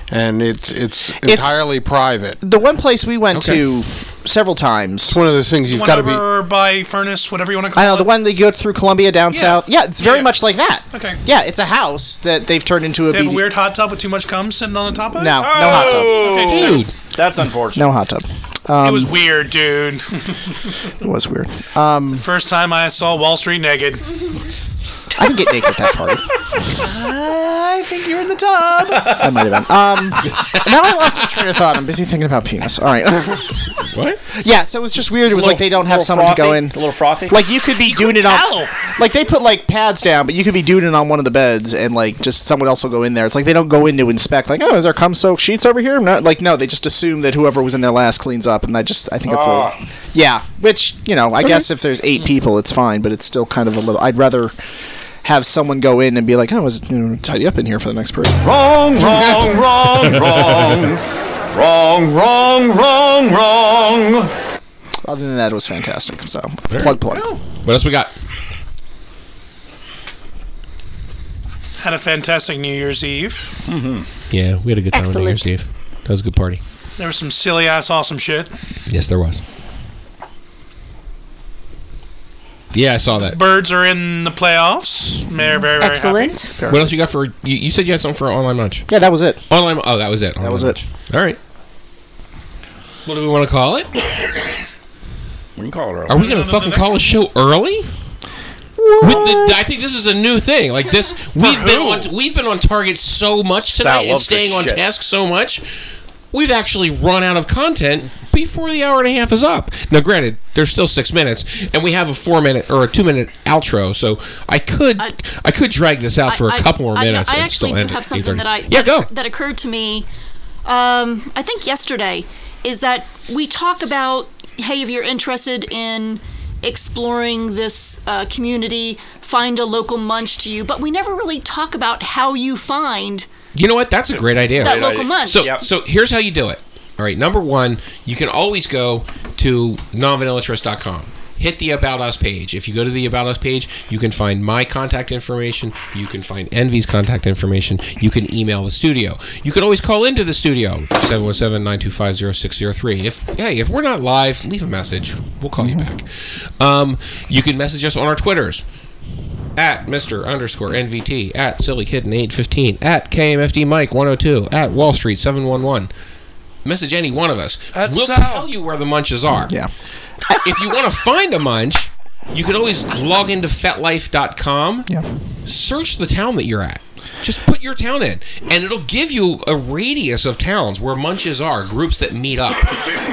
S14: and it's it's
S5: It's-
S14: entirely private.
S5: The one place we went to several times. It's
S14: one of those things
S6: the
S14: you've
S6: one
S14: got to be.
S6: over by Furnace, whatever you want to call
S5: I know the one that you go through Columbia down south. Yeah, it's very much like that.
S6: it. Okay.
S5: Yeah, it's a house that they've turned into a.
S6: They have a
S5: BD
S6: weird hot tub with too much cum sitting on the top of it? Oh!
S5: No, no hot tub.
S6: Okay,
S5: Dude.
S4: That's unfortunate.
S5: No hot tub. Um,
S6: it was weird, dude.
S5: It was weird. Um,
S6: First time I saw Wall Street naked.
S5: I didn't get naked at that party.
S6: I think you're in the tub.
S5: I might have been. Um, now I lost my train of thought. I'm busy thinking about penis. All right.
S2: what?
S5: Yeah, so it was just weird. It was
S4: Little-
S5: like they don't have
S4: little
S5: someone to go
S4: frothy?
S5: in.
S4: A little frothy?
S5: Like you could be doing it on. Like they put like pads down, but you could be doing it on one of the beds, and like just someone else will go in there. It's like they don't go in to inspect. Like, oh, is there cum soaked sheets over here? No, like no, they just assume that whoever was in there last cleans up, and that just I think it's
S4: Ah.
S5: a. Yeah, which you know, I
S4: Okay.
S5: guess if there's eight people, it's fine, but it's still kind of a little. I'd rather have someone go in and be like, oh, was it, you know, tidy up in here for the next person.
S12: Wrong, wrong, wrong, wrong. Wrong, wrong, wrong, wrong.
S5: Other than that, it was fantastic. So plug plug.
S2: What else we got?
S6: Had a fantastic New Year's Eve. Mm-hmm.
S2: Yeah, we had a good time on New Year's
S6: Excellent.
S2: Eve. That was a good party.
S6: There was some silly ass awesome shit.
S2: Yes, there was. Yeah, I saw that.
S6: Birds are in the playoffs. They're very, very happy.
S2: What else you got for? You, you said you had something for online lunch.
S5: Yeah, that was it.
S2: Online. Oh, that was it. Online
S5: was
S2: lunch. All right. What do we want to call it?
S4: We can call it early.
S2: Are we gonna fucking call a show early? With the, I think this is a new thing. Like this, we've been on we've been on target so much
S4: Sal
S2: tonight and
S4: loves this
S2: staying on
S4: shit.
S2: task so much. We've actually run out of content before the hour and a half is up. Now, granted, there's still six minutes, and we have a four minute or a two minute outro, so I could I, could drag this out for a
S3: I-
S2: couple more
S3: I-
S2: minutes.
S3: I,
S2: and
S3: actually
S2: still
S3: do
S2: end at
S3: have something
S2: 8:30.
S3: that I
S2: yeah go.
S3: that occurred to me. Um, I think yesterday is that we talk about hey, if you're interested in exploring this uh, community, find a local munch to you, but we never really talk about how you find.
S2: You know what? That's a great idea.
S3: That Great local idea. munch.
S2: So,
S3: Yep.
S2: so here's how you do it. All right. Number one, you can always go to nonvanillatrust.com. Hit the About Us page. If you go to the About Us page, you can find my contact information. You can find Envy's contact information. You can email the studio. You can always call into the studio, 717 925 0603. If, hey, if we're not live, leave a message. We'll call you back. Um, you can message us on our Twitters at Mr. underscore NVT, at Silly Kitten 815, at KMFD Mike 102, at Wall Street 711. Message any one of us.
S6: At
S2: we'll
S6: Sal.
S2: tell you where the munches are. Yeah. if you want to find a munch, you can always log into fetlife.com. Yeah. Search the town that you're at. Just put your town in, and it'll give you a radius of towns where munches are, groups that meet up.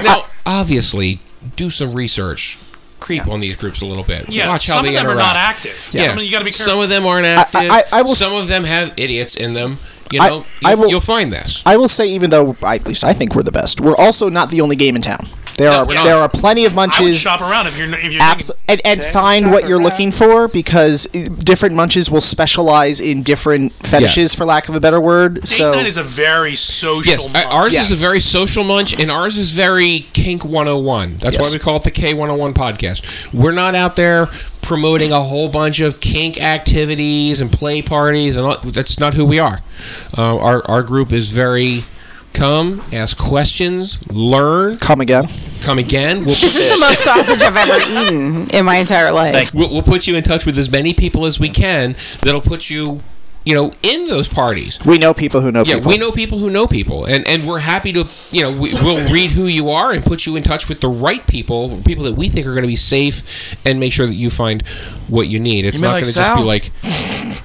S2: now, obviously, do some research. Creep on these groups a little bit.
S6: Yeah,
S2: Watch how
S6: some
S2: they
S6: of them are
S2: interact.
S6: not active.
S2: Yeah.
S6: Some of- you gotta be
S2: Some
S6: careful.
S2: of them aren't
S6: I- I-
S2: active.
S5: I- I will-
S2: some of them have idiots in them. You
S5: I-
S2: know,
S5: I
S2: you'll,
S5: will-
S2: you'll find this.
S5: I will say, even though I, at least I think we're the best, we're also not the only game in town. There are
S6: we're not.
S5: there are plenty of munches.
S6: I would shop around if you're if you're
S5: Abs- and, and find what you're looking for because i- different munches will specialize in different fetishes, for lack of a better word.
S6: Date
S5: So
S6: night is a very social.
S2: Yes, uh, ours
S6: Yes.
S2: is a very social munch, and ours is very kink 101. That's why
S6: Yes.
S2: we call it the K101 podcast. We're not out there promoting a whole bunch of kink activities and play parties, and all, that's not who we are. Uh, our our group is very come, ask questions, learn,
S5: come again,
S2: come again. We'll-
S18: This is the most sausage I've ever eaten in my entire life.
S2: We'll, we'll put you in touch with as many people as we can. That'll put you, you know, in those parties.
S5: we know people who know
S2: yeah,
S5: people.
S2: we know people who know people, and and we're happy to you know we, we'll read who you are and put you in touch with the right people, people that we think are going to be safe, and make sure that you find what you need. It's
S3: mean
S2: not
S3: like
S2: going to just be
S3: Sal?
S2: like
S3: And
S2: eh,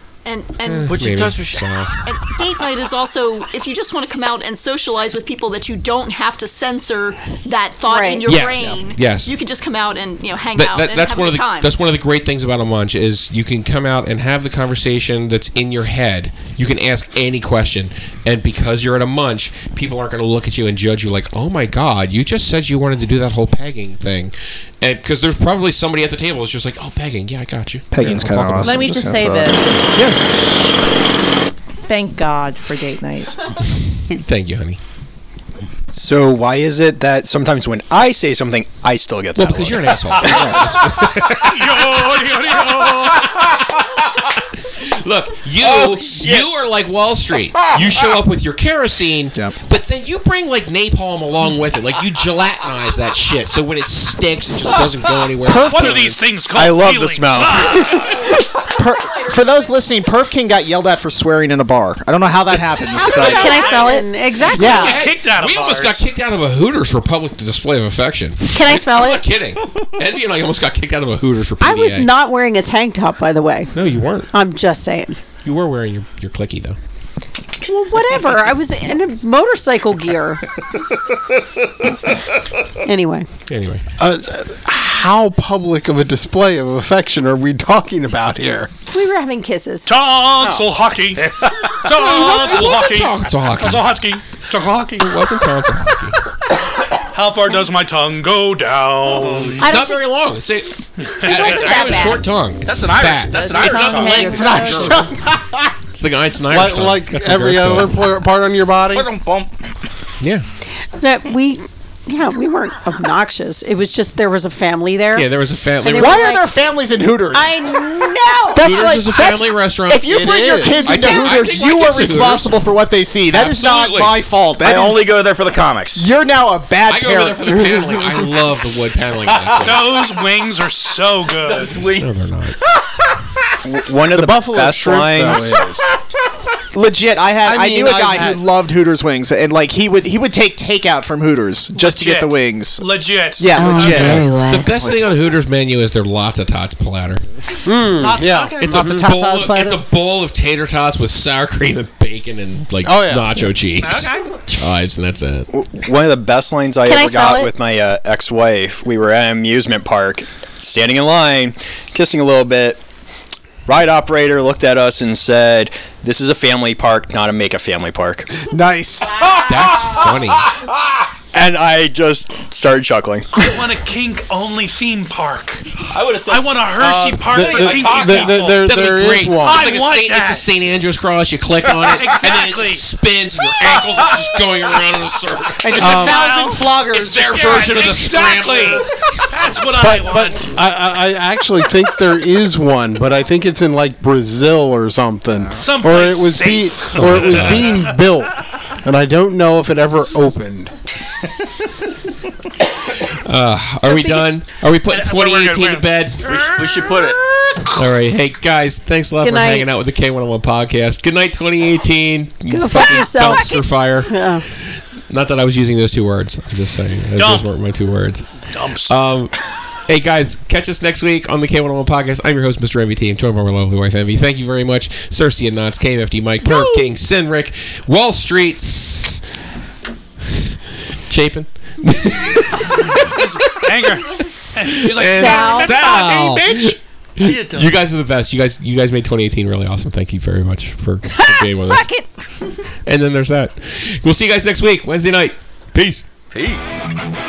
S3: and
S2: maybe Sal.
S3: And date night is also if you just want to come out and socialize with people that you don't have to censor that thought in your
S2: Yes.
S3: brain.
S2: Yes.
S3: You can just come out and you know hang
S2: That-
S3: out
S2: that-
S3: and
S2: that's
S3: have
S2: one
S3: a
S2: of
S3: good
S2: the
S3: time.
S2: that's one of the great things about a munch is you can come out and have the conversation that's in your head. You can ask any question, and because you're at a munch, people aren't going to look at you and judge you like, "Oh my God, you just said you wanted to do that whole pegging thing," and because there's probably somebody at the table is just like, "Oh, pegging, yeah, I got you."
S5: Pegging's
S2: Here, I'll
S5: kinda
S2: talk about
S5: awesome.
S2: it."
S7: Let me
S5: just
S7: just,
S5: gonna
S7: say
S5: throw
S7: this.
S5: it
S7: Thank God for date night.
S2: Thank you, honey.
S19: So why is it that sometimes when I say something, I still get that?
S2: Well, because you're an asshole. Look, you
S6: Oh,
S2: you are like Wall Street. You show up with your kerosene, but then you bring like napalm along with it. Like you gelatinize that shit, so when it sticks, it just doesn't go anywhere.
S6: What are these things called?
S2: I love
S6: feeling?
S2: the smell.
S5: Per- for those listening, Perf King got yelled at for swearing in a bar. I don't know how that happens, but
S8: Can I smell it? Exactly.
S5: Yeah.
S2: Hey, we almost got kicked out of a Hooters for public display of affection.
S8: Can I smell
S2: I'm
S8: it?
S2: Not kidding. Envy and I almost got kicked out of a Hooters for PDA.
S8: I was not wearing a tank top, by the way.
S2: No, you weren't.
S8: I'm just saying.
S2: You were wearing your, your clicky though.
S8: Well, whatever. I was in a motorcycle gear. anyway.
S2: Anyway,
S14: uh, how public of a display of affection are we talking about here?
S8: We were having kisses.
S5: Oh.
S6: Tonsil hockey. Tonsil hockey.
S2: Tonsil hockey.
S6: Tonsil hockey. Tonsil hockey. It
S2: wasn't tonsil hockey.
S6: How far does my tongue go down?
S2: It's not very long. It's a, I- I
S6: that
S2: have a
S6: bad.
S2: short tongue. It's
S6: That's an Irish-
S2: fat.
S6: that's an Irish
S2: It's nothing
S6: tongue.
S2: like-
S6: It's an Irish
S2: It's the guy. It's an Irish
S14: Like,
S2: tongue.
S14: like
S2: It's got some
S14: every
S2: girth to
S14: other
S2: it.
S14: pl- part on your body.
S2: Yeah.
S8: That we, yeah, we weren't obnoxious. It was just there was a family there.
S2: Yeah, there was a family.
S8: And they
S2: Why
S8: were
S2: are
S5: there families in Hooters?
S8: I know.
S5: That's
S2: Hooters
S5: like
S2: is a
S5: that's-
S2: family restaurant.
S5: If you
S2: It
S5: bring your
S2: is.
S5: kids
S2: I
S5: into
S2: think- I
S5: Hooters,
S2: think my
S5: you are
S2: kids are Hooters.
S5: responsible for what they see. That is
S2: Absolutely.
S5: not my fault. That
S4: I
S5: is-
S4: only go there for the comics.
S5: You're now a bad
S2: I go over there
S5: parent.
S2: for the paneling. I love the wood paneling.
S6: Those wings are so good. Those
S2: wings.
S19: One of the,
S5: buffalo
S19: best
S5: shrimp, though,
S19: lines. Oh,
S5: is- Legit, I had
S19: I
S5: I,
S19: mean,
S5: knew a
S19: I've
S5: guy
S19: had-
S5: who loved Hooters wings, and like he would he would take takeout from Hooters just to get the wings.
S6: Legit.
S5: Yeah, legit.
S2: The best thing on Hooters menu is their lots of tots platter.
S14: Hmm.
S6: Lots of yeah. tots?
S2: it's
S6: Lots
S2: a
S6: of
S2: bowl.
S6: tatas platter?
S2: It's a bowl of tater tots with sour cream and bacon and like
S19: Oh, yeah.
S2: nacho cheese,
S19: Okay.
S2: chives, and that's it.
S19: One of the best lines I
S2: Can I
S19: ever
S2: smell
S19: got
S2: it?
S19: with my uh, ex-wife. We were at an amusement park, standing in line, kissing a little bit. Ride operator looked at us and said, "This is a family park, not a make a family park."
S5: Nice.
S2: That's funny.
S19: And I just started chuckling.
S6: I want a kink only theme park. I would have
S4: said,
S6: I want a Hershey
S19: uh,
S6: park
S19: the-
S6: for
S19: the-
S6: kink
S19: the-
S6: people.
S19: the- there-
S2: That'd
S19: there
S2: be
S19: is
S2: great.
S19: one.
S2: It's like
S6: I
S2: a
S6: want
S2: Saint, it's a
S6: that.
S2: St. Andrew's cross. You click on it, and then
S6: Exactly.
S2: it just spins. And your ankles are just going around in a circle. Um,
S5: And just a thousand floggers.
S2: It's their version of the
S6: exactly.
S2: scrambler.
S6: That's what I
S14: But,
S6: want.
S14: but I, I- I actually think there is one, but I think it's in like Brazil or something, or
S6: Someplace
S14: it was be-
S6: safe.
S14: or it was being built, and I don't know if it ever opened.
S2: Uh, are we done? Are we putting
S4: Uh, we're- we're
S2: 2018
S4: good,
S2: to
S4: we're-
S2: bed?
S4: We should, we should put it.
S2: All right, hey guys, thanks a lot
S4: Good
S2: for
S4: night.
S2: hanging out with the K101 podcast. Good night, 2018. you
S8: Go fuck
S2: fucking
S8: yourself.
S2: Dumpster fire. Not that I was using those two words. I'm just saying those,
S6: Dump.
S2: those weren't my two words.
S6: Dumps.
S2: Um, Hey guys, catch us next week on the K101 podcast. I'm your host, Mr. MVT, and joined by my lovely wife Envy. Thank you very much, Cersei and Knots, KMFD, Mike, Perf King, Sinric, Wall Street, S- Chapin,
S6: Anger. He's like,
S2: and
S6: "That's
S2: Sal.
S6: not me, bitch.
S2: You guys are the best. You guys, you guys made 2018 really awesome. Thank you very much for, for being with us.
S12: Fuck
S2: And then there's that. We'll see you guys next week, Wednesday night. Peace.
S4: Peace.